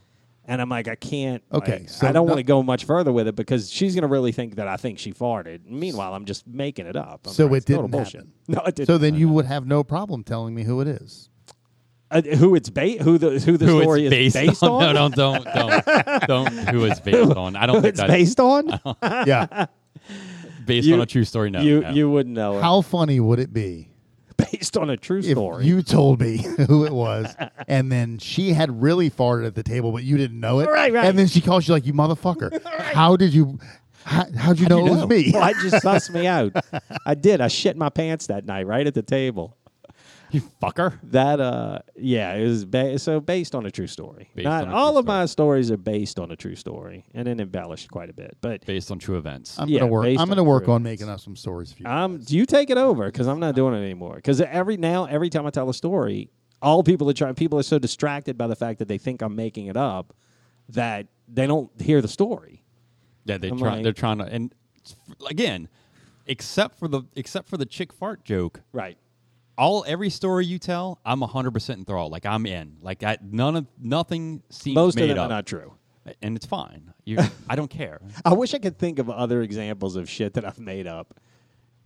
[SPEAKER 1] and I'm like, I can't.
[SPEAKER 3] Okay,
[SPEAKER 1] like,
[SPEAKER 3] so
[SPEAKER 1] I don't
[SPEAKER 3] no-
[SPEAKER 1] want to go much further with it because she's gonna really think that I think she farted. Meanwhile, I'm just making it up. I'm
[SPEAKER 3] So
[SPEAKER 1] like,
[SPEAKER 3] it
[SPEAKER 1] it's total
[SPEAKER 3] didn't
[SPEAKER 1] bullshit. [laughs]
[SPEAKER 3] happen.
[SPEAKER 1] No, it didn't.
[SPEAKER 3] So then you would have no problem telling me who
[SPEAKER 1] [laughs]
[SPEAKER 3] it is.
[SPEAKER 1] uh, who it's ba- who the who the
[SPEAKER 2] who
[SPEAKER 1] story
[SPEAKER 2] it's based,
[SPEAKER 1] is based on.
[SPEAKER 2] [laughs] No, don't, don't, don't, don't. Who it's based
[SPEAKER 1] [laughs]
[SPEAKER 2] on? I don't
[SPEAKER 1] Who
[SPEAKER 2] think
[SPEAKER 1] it's
[SPEAKER 2] that's based,
[SPEAKER 1] based on.
[SPEAKER 3] Yeah.
[SPEAKER 2] on
[SPEAKER 1] You-
[SPEAKER 2] a true story. [laughs] No,
[SPEAKER 1] you
[SPEAKER 2] no.
[SPEAKER 1] you wouldn't know it.
[SPEAKER 3] How funny would it be
[SPEAKER 1] [laughs] based on a true
[SPEAKER 3] if
[SPEAKER 1] story.
[SPEAKER 3] you told me [laughs] who it was, and then she had really farted at the table, but you didn't know it.
[SPEAKER 1] Right, right.
[SPEAKER 3] And then she calls you like, "You motherfucker!
[SPEAKER 1] [laughs]
[SPEAKER 3] How did you? How, how'd you know it was me?
[SPEAKER 1] well, I just sussed me out. I did. I shit my pants that night right at the table.
[SPEAKER 2] you fucker.
[SPEAKER 1] That uh yeah, it was ba- so based on a true story.
[SPEAKER 2] Based
[SPEAKER 1] Not
[SPEAKER 2] on a
[SPEAKER 1] all
[SPEAKER 2] true
[SPEAKER 1] of my stories are based on a true story and then embellished quite a bit. But
[SPEAKER 2] Based on true events.
[SPEAKER 3] [laughs] I'm
[SPEAKER 1] Yeah,
[SPEAKER 3] gonna work.
[SPEAKER 1] based
[SPEAKER 3] I'm
[SPEAKER 1] on
[SPEAKER 3] gonna work
[SPEAKER 1] true
[SPEAKER 3] on
[SPEAKER 1] events.
[SPEAKER 3] making up some stories for you.
[SPEAKER 1] um do you take it over cuz I'm not doing it anymore cuz every now every time I tell a story, all people are trying people are so distracted by the fact that they think I'm making it up that they don't hear the story.
[SPEAKER 2] yeah, they
[SPEAKER 1] I'm
[SPEAKER 2] try,
[SPEAKER 1] like-
[SPEAKER 2] they're trying to. And it's f- again, except for the except for the chick fart joke,
[SPEAKER 1] Right.
[SPEAKER 2] all every story you tell, I'm 100 percent enthralled. Like I'm in. Like I, none of nothing seems
[SPEAKER 1] Most of
[SPEAKER 2] made
[SPEAKER 1] them are
[SPEAKER 2] up,
[SPEAKER 1] not true.
[SPEAKER 2] and it's fine. You, [laughs] I don't care.
[SPEAKER 1] I wish I could think of other examples of shit that I've made up.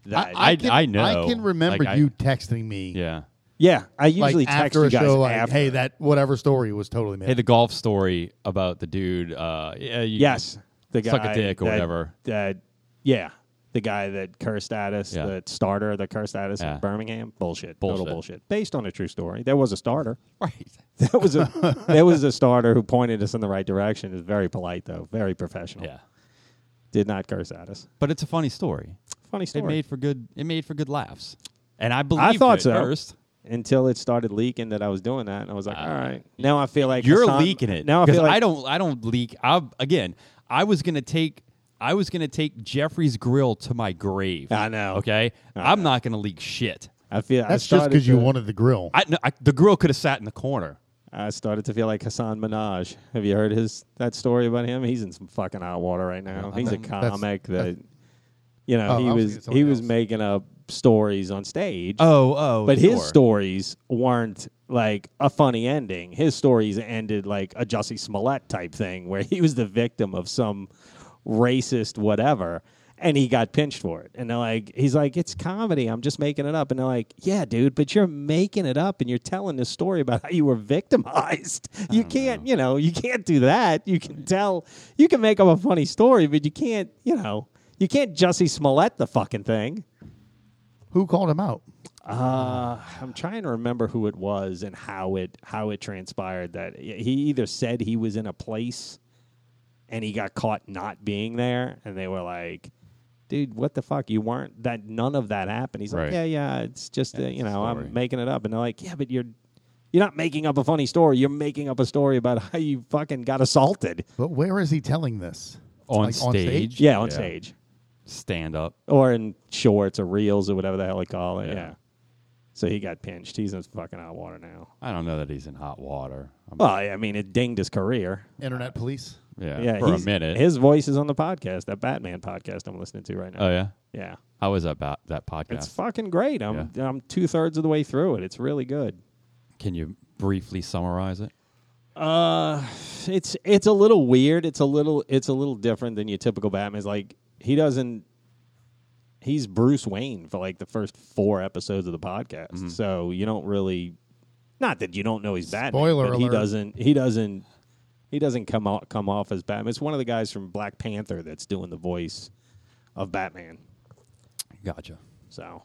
[SPEAKER 1] That
[SPEAKER 2] I- I know.
[SPEAKER 3] I can remember
[SPEAKER 2] Like, I-
[SPEAKER 3] you texting me.
[SPEAKER 2] Yeah.
[SPEAKER 1] yeah, I
[SPEAKER 3] Like
[SPEAKER 1] usually text
[SPEAKER 3] after
[SPEAKER 1] you
[SPEAKER 3] a
[SPEAKER 1] guys
[SPEAKER 3] show, like,
[SPEAKER 1] after.
[SPEAKER 3] hey, that whatever story was totally made.
[SPEAKER 2] Hey, the golf story about the dude. Uh, yeah, you,
[SPEAKER 1] yes, the guy
[SPEAKER 2] Suck a dick or
[SPEAKER 1] that-
[SPEAKER 2] whatever.
[SPEAKER 1] That yeah, the guy that cursed at us,
[SPEAKER 2] Yeah.
[SPEAKER 1] the starter that cursed at us
[SPEAKER 2] Yeah.
[SPEAKER 1] in Birmingham. Bullshit,
[SPEAKER 2] Bullshit.
[SPEAKER 1] total bullshit. Based on a true story, there was a starter.
[SPEAKER 2] [laughs] Right.
[SPEAKER 1] There was a there was a starter who pointed us in the right direction. Is very polite though, very professional.
[SPEAKER 2] Yeah.
[SPEAKER 1] did not curse at us.
[SPEAKER 2] But it's a funny story.
[SPEAKER 1] Funny story.
[SPEAKER 2] It made for good. It made for good laughs, and I believed
[SPEAKER 1] I thought
[SPEAKER 2] it
[SPEAKER 1] so.
[SPEAKER 2] first.
[SPEAKER 1] Until it started leaking that I was doing that, and I was
[SPEAKER 2] Uh,
[SPEAKER 1] like, "All right." Now I feel like
[SPEAKER 2] You're
[SPEAKER 1] Hassan-
[SPEAKER 2] leaking it
[SPEAKER 1] Now I
[SPEAKER 2] 'Cause
[SPEAKER 1] feel like
[SPEAKER 2] I don't. I don't leak. I again. I was gonna take. I was gonna take Jeffrey's grill to my grave.
[SPEAKER 1] I know.
[SPEAKER 2] Okay. I'm not gonna leak shit.
[SPEAKER 1] I feel
[SPEAKER 3] That's
[SPEAKER 1] I
[SPEAKER 3] just
[SPEAKER 1] started
[SPEAKER 3] because you
[SPEAKER 1] to-
[SPEAKER 3] wanted the grill.
[SPEAKER 2] I, no, I the grill could have sat in the corner.
[SPEAKER 1] I started to feel like Hassan Minaj. Have you heard his that story about him? He's in some fucking hot water right now. He's a
[SPEAKER 3] think that's-
[SPEAKER 1] comic that you know
[SPEAKER 3] Oh,
[SPEAKER 1] he
[SPEAKER 3] I was
[SPEAKER 1] was,
[SPEAKER 3] thinking
[SPEAKER 1] he
[SPEAKER 3] someone
[SPEAKER 1] was
[SPEAKER 3] else.
[SPEAKER 1] making up stories on stage.
[SPEAKER 2] Oh, oh.
[SPEAKER 1] but his stories weren't like a funny ending. His stories ended like a [laughs] Jussie Smollett type thing, where he was the victim of some racist whatever. and he got pinched for it. And they're like, he's like, it's comedy. I'm just making it up. And they're like, yeah, dude, but you're making it up and you're telling this story about [laughs] how you were victimized. You can't, you know, you can't do that. You can tell, you can make up a funny story, but you can't, you know, you can't Jussie Smollett the fucking thing.
[SPEAKER 3] Who called him out?
[SPEAKER 1] Uh, I'm trying to remember who it was and how it how it transpired that he either said he was in a place and he got caught not being there and they were like dude what the fuck you weren't that none of that happened he's
[SPEAKER 2] Right.
[SPEAKER 1] like yeah yeah it's just uh, you
[SPEAKER 2] it's a
[SPEAKER 1] know
[SPEAKER 2] story.
[SPEAKER 1] I'm making it up and they're like yeah but you're you're not making up a funny story you're making up a story about [laughs] how you fucking got assaulted
[SPEAKER 3] But where is he telling this?
[SPEAKER 2] on,
[SPEAKER 3] Like,
[SPEAKER 2] stage,
[SPEAKER 3] on stage?
[SPEAKER 1] yeah on stage
[SPEAKER 2] Stand up.
[SPEAKER 1] or in shorts or reels or whatever the hell they call it
[SPEAKER 2] Yeah.
[SPEAKER 1] yeah, so he got pinched he's in fucking hot water now
[SPEAKER 2] I don't know that he's in hot water. Um, I'm-
[SPEAKER 1] Well, I mean, it dinged his career.
[SPEAKER 3] Internet police.
[SPEAKER 2] yeah,
[SPEAKER 1] Yeah,
[SPEAKER 2] for a
[SPEAKER 1] he's-
[SPEAKER 2] minute.
[SPEAKER 1] His voice is on the podcast, that Batman podcast I'm listening to right now.
[SPEAKER 2] oh yeah,
[SPEAKER 1] yeah.
[SPEAKER 2] how is that about that podcast?
[SPEAKER 1] It's fucking great. I'm I'm two thirds of the way through it. It's really good.
[SPEAKER 2] Can you briefly summarize it?
[SPEAKER 1] Uh, it's it's a little weird. It's a little it's a little different than your typical Batman. It's like he doesn't. He's Bruce Wayne for like the first four episodes of the podcast,
[SPEAKER 2] Mm-hmm.
[SPEAKER 1] so you don't really. Not that you don't know he's Batman,
[SPEAKER 3] Spoiler
[SPEAKER 1] but
[SPEAKER 3] alert.
[SPEAKER 1] he doesn't. He doesn't. He doesn't come off, come off as Batman. It's one of the guys from Black Panther that's doing the voice of Batman.
[SPEAKER 2] Gotcha.
[SPEAKER 1] So,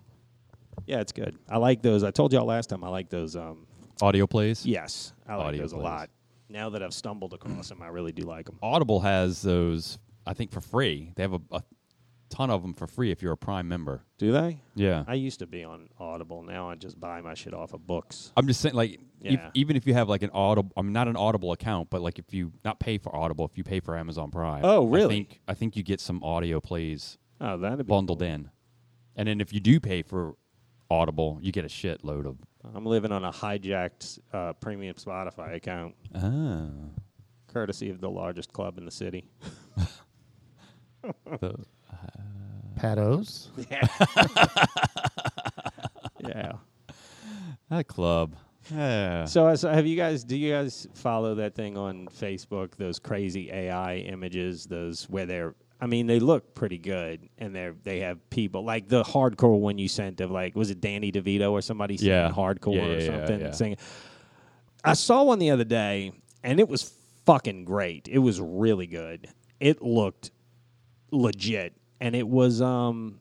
[SPEAKER 1] yeah, it's good. I like those. I told y'all last time I like those um,
[SPEAKER 2] Audio plays.
[SPEAKER 1] Yes, I like
[SPEAKER 2] Audio
[SPEAKER 1] those
[SPEAKER 2] plays.
[SPEAKER 1] a lot. Now that I've stumbled
[SPEAKER 2] [clears throat]
[SPEAKER 1] across them, I really do like them.
[SPEAKER 2] Audible has those. I think for free. They have a, a ton of them for free if you're a Prime member.
[SPEAKER 1] Do they?
[SPEAKER 2] Yeah.
[SPEAKER 1] I used to be on Audible. Now I just buy my shit off of books.
[SPEAKER 2] I'm just saying, like, if,
[SPEAKER 1] Yeah.
[SPEAKER 2] even if you have like an Audible, I'm not an Audible account, but like if you not pay for Audible, if you pay for Amazon Prime.
[SPEAKER 1] Oh,
[SPEAKER 2] I
[SPEAKER 1] really?
[SPEAKER 2] think, I think you get some audio plays
[SPEAKER 1] Oh, that'd be.
[SPEAKER 2] bundled in, and then if you do pay for Audible, you get a shitload of.
[SPEAKER 1] I'm living on a hijacked uh, premium Spotify account,
[SPEAKER 2] Ah.
[SPEAKER 1] courtesy of the largest club in the city.
[SPEAKER 3] Patos.
[SPEAKER 1] [laughs] yeah.
[SPEAKER 2] That club. Yeah.
[SPEAKER 1] So, as, have you guys? Do you guys follow that thing on Facebook? Those crazy AI images. Those where they're. I mean, they look pretty good, and they're they have people like the hardcore one you sent of like was it Danny DeVito or somebody singing
[SPEAKER 2] Yeah.
[SPEAKER 1] hardcore
[SPEAKER 2] Yeah,
[SPEAKER 1] or
[SPEAKER 2] yeah, yeah,
[SPEAKER 1] something
[SPEAKER 2] yeah.
[SPEAKER 1] singing. I saw one the other day, and it was fucking great. It was really good. It looked legit, and it was um,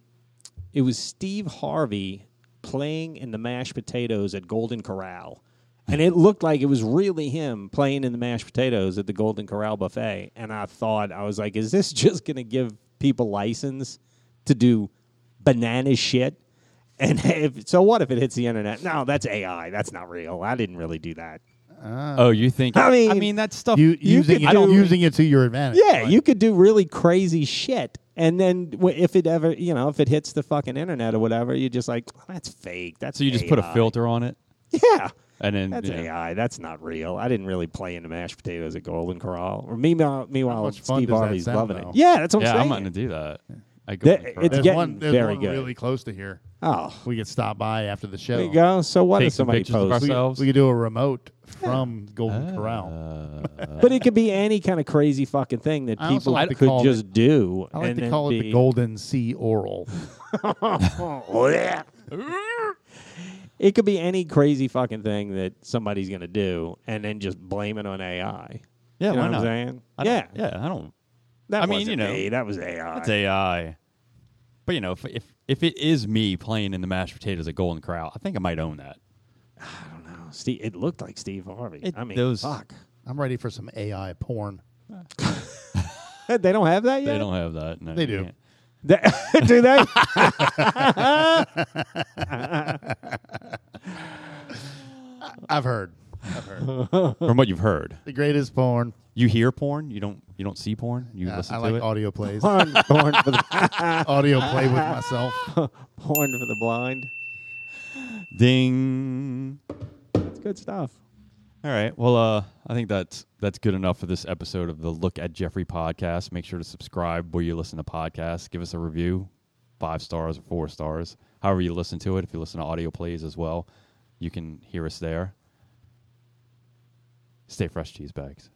[SPEAKER 1] it was Steve Harvey playing in the mashed potatoes at Golden Corral. And it looked like it was really him playing in the mashed potatoes at the Golden Corral buffet. And I thought, I was like, is this [laughs] just going to give people license to do banana shit? And [laughs] if, so what if it hits the internet? No, that's AI. That's not real. I didn't really do that.
[SPEAKER 2] oh, you think?
[SPEAKER 1] I mean-
[SPEAKER 2] I mean that stuff.
[SPEAKER 3] You, using
[SPEAKER 1] could
[SPEAKER 3] it,
[SPEAKER 1] do-
[SPEAKER 3] using it to your advantage.
[SPEAKER 1] Yeah, you could do really crazy shit. And then w- if it ever, you know, if it hits the fucking internet or whatever, you're just like, that's fake. That's
[SPEAKER 2] so you just put a
[SPEAKER 1] AI."
[SPEAKER 2] filter on it,
[SPEAKER 1] Yeah.
[SPEAKER 2] and then
[SPEAKER 1] That's
[SPEAKER 2] yeah.
[SPEAKER 1] AI. That's not real. I didn't really play into mashed potatoes at Golden Corral. Or meanwhile, meanwhile
[SPEAKER 3] much fun
[SPEAKER 1] Steve
[SPEAKER 3] does that
[SPEAKER 1] Harvey's
[SPEAKER 3] sound,
[SPEAKER 1] loving
[SPEAKER 3] though?
[SPEAKER 1] it. Yeah, that's what
[SPEAKER 2] Yeah,
[SPEAKER 1] I'm
[SPEAKER 2] I'm
[SPEAKER 1] saying.
[SPEAKER 2] not gonna do that. I go.
[SPEAKER 1] That-
[SPEAKER 2] on the
[SPEAKER 1] it's
[SPEAKER 2] Corral.
[SPEAKER 3] There's
[SPEAKER 1] getting
[SPEAKER 3] one, there's
[SPEAKER 1] very
[SPEAKER 3] one
[SPEAKER 1] good.
[SPEAKER 3] really close to here.
[SPEAKER 1] oh,
[SPEAKER 3] We could stop by after the show.
[SPEAKER 1] there you go. So what
[SPEAKER 2] Take
[SPEAKER 1] if
[SPEAKER 2] some
[SPEAKER 1] somebody
[SPEAKER 2] pictures of
[SPEAKER 1] posts?
[SPEAKER 3] We,
[SPEAKER 2] Ourselves.
[SPEAKER 3] we could do a remote from Golden Corral.
[SPEAKER 1] but it could be any kind of crazy fucking thing that
[SPEAKER 3] I also
[SPEAKER 1] people
[SPEAKER 3] like to
[SPEAKER 1] could
[SPEAKER 3] call
[SPEAKER 1] just do.
[SPEAKER 3] I like
[SPEAKER 1] and
[SPEAKER 3] to
[SPEAKER 1] then
[SPEAKER 3] call it
[SPEAKER 1] be-
[SPEAKER 3] the Golden Sea Oral.
[SPEAKER 1] [laughs] It could be any crazy fucking thing that somebody's gonna do, and then just blame it on AI.
[SPEAKER 2] Yeah,
[SPEAKER 1] you know
[SPEAKER 2] why
[SPEAKER 1] what
[SPEAKER 2] not?
[SPEAKER 1] I'm saying?
[SPEAKER 2] I don't-
[SPEAKER 1] yeah,
[SPEAKER 2] Uh, yeah. I don't.
[SPEAKER 1] That
[SPEAKER 2] I mean,
[SPEAKER 1] wasn't
[SPEAKER 2] you know,
[SPEAKER 1] me. that was AI.
[SPEAKER 2] That's AI. uh, But you know, if, if if it is me playing in the mashed potatoes at Golden Corral, I think I might own that.
[SPEAKER 1] Oh, Steve, it looked like Steve Harvey.
[SPEAKER 2] It-
[SPEAKER 1] I mean,
[SPEAKER 2] those-
[SPEAKER 1] fuck.
[SPEAKER 3] I'm ready for some AI porn.
[SPEAKER 1] They don't have that yet.
[SPEAKER 2] They don't have that. No,
[SPEAKER 3] They
[SPEAKER 2] you
[SPEAKER 3] do.
[SPEAKER 2] can't.
[SPEAKER 1] They- [laughs] do they?
[SPEAKER 3] I've heard. I've heard.
[SPEAKER 2] From what you've heard,
[SPEAKER 3] the greatest porn.
[SPEAKER 2] you hear porn. You don't. You don't see porn. You
[SPEAKER 3] I,
[SPEAKER 2] listen
[SPEAKER 3] I
[SPEAKER 2] to
[SPEAKER 3] like
[SPEAKER 2] it.
[SPEAKER 1] [laughs]
[SPEAKER 3] audio plays.
[SPEAKER 1] porn, porn for the
[SPEAKER 3] audio play with myself.
[SPEAKER 1] porn for the blind.
[SPEAKER 2] Ding.
[SPEAKER 1] It's good stuff.
[SPEAKER 2] All right. Well, uh, I think that's that's good enough for this episode of the Look at Jeffrey podcast. Make sure to subscribe where you listen to podcasts. Give us a review, five stars or four stars, however you listen to it. If you listen to audio plays as well, you can hear us there. Stay fresh, cheese bags.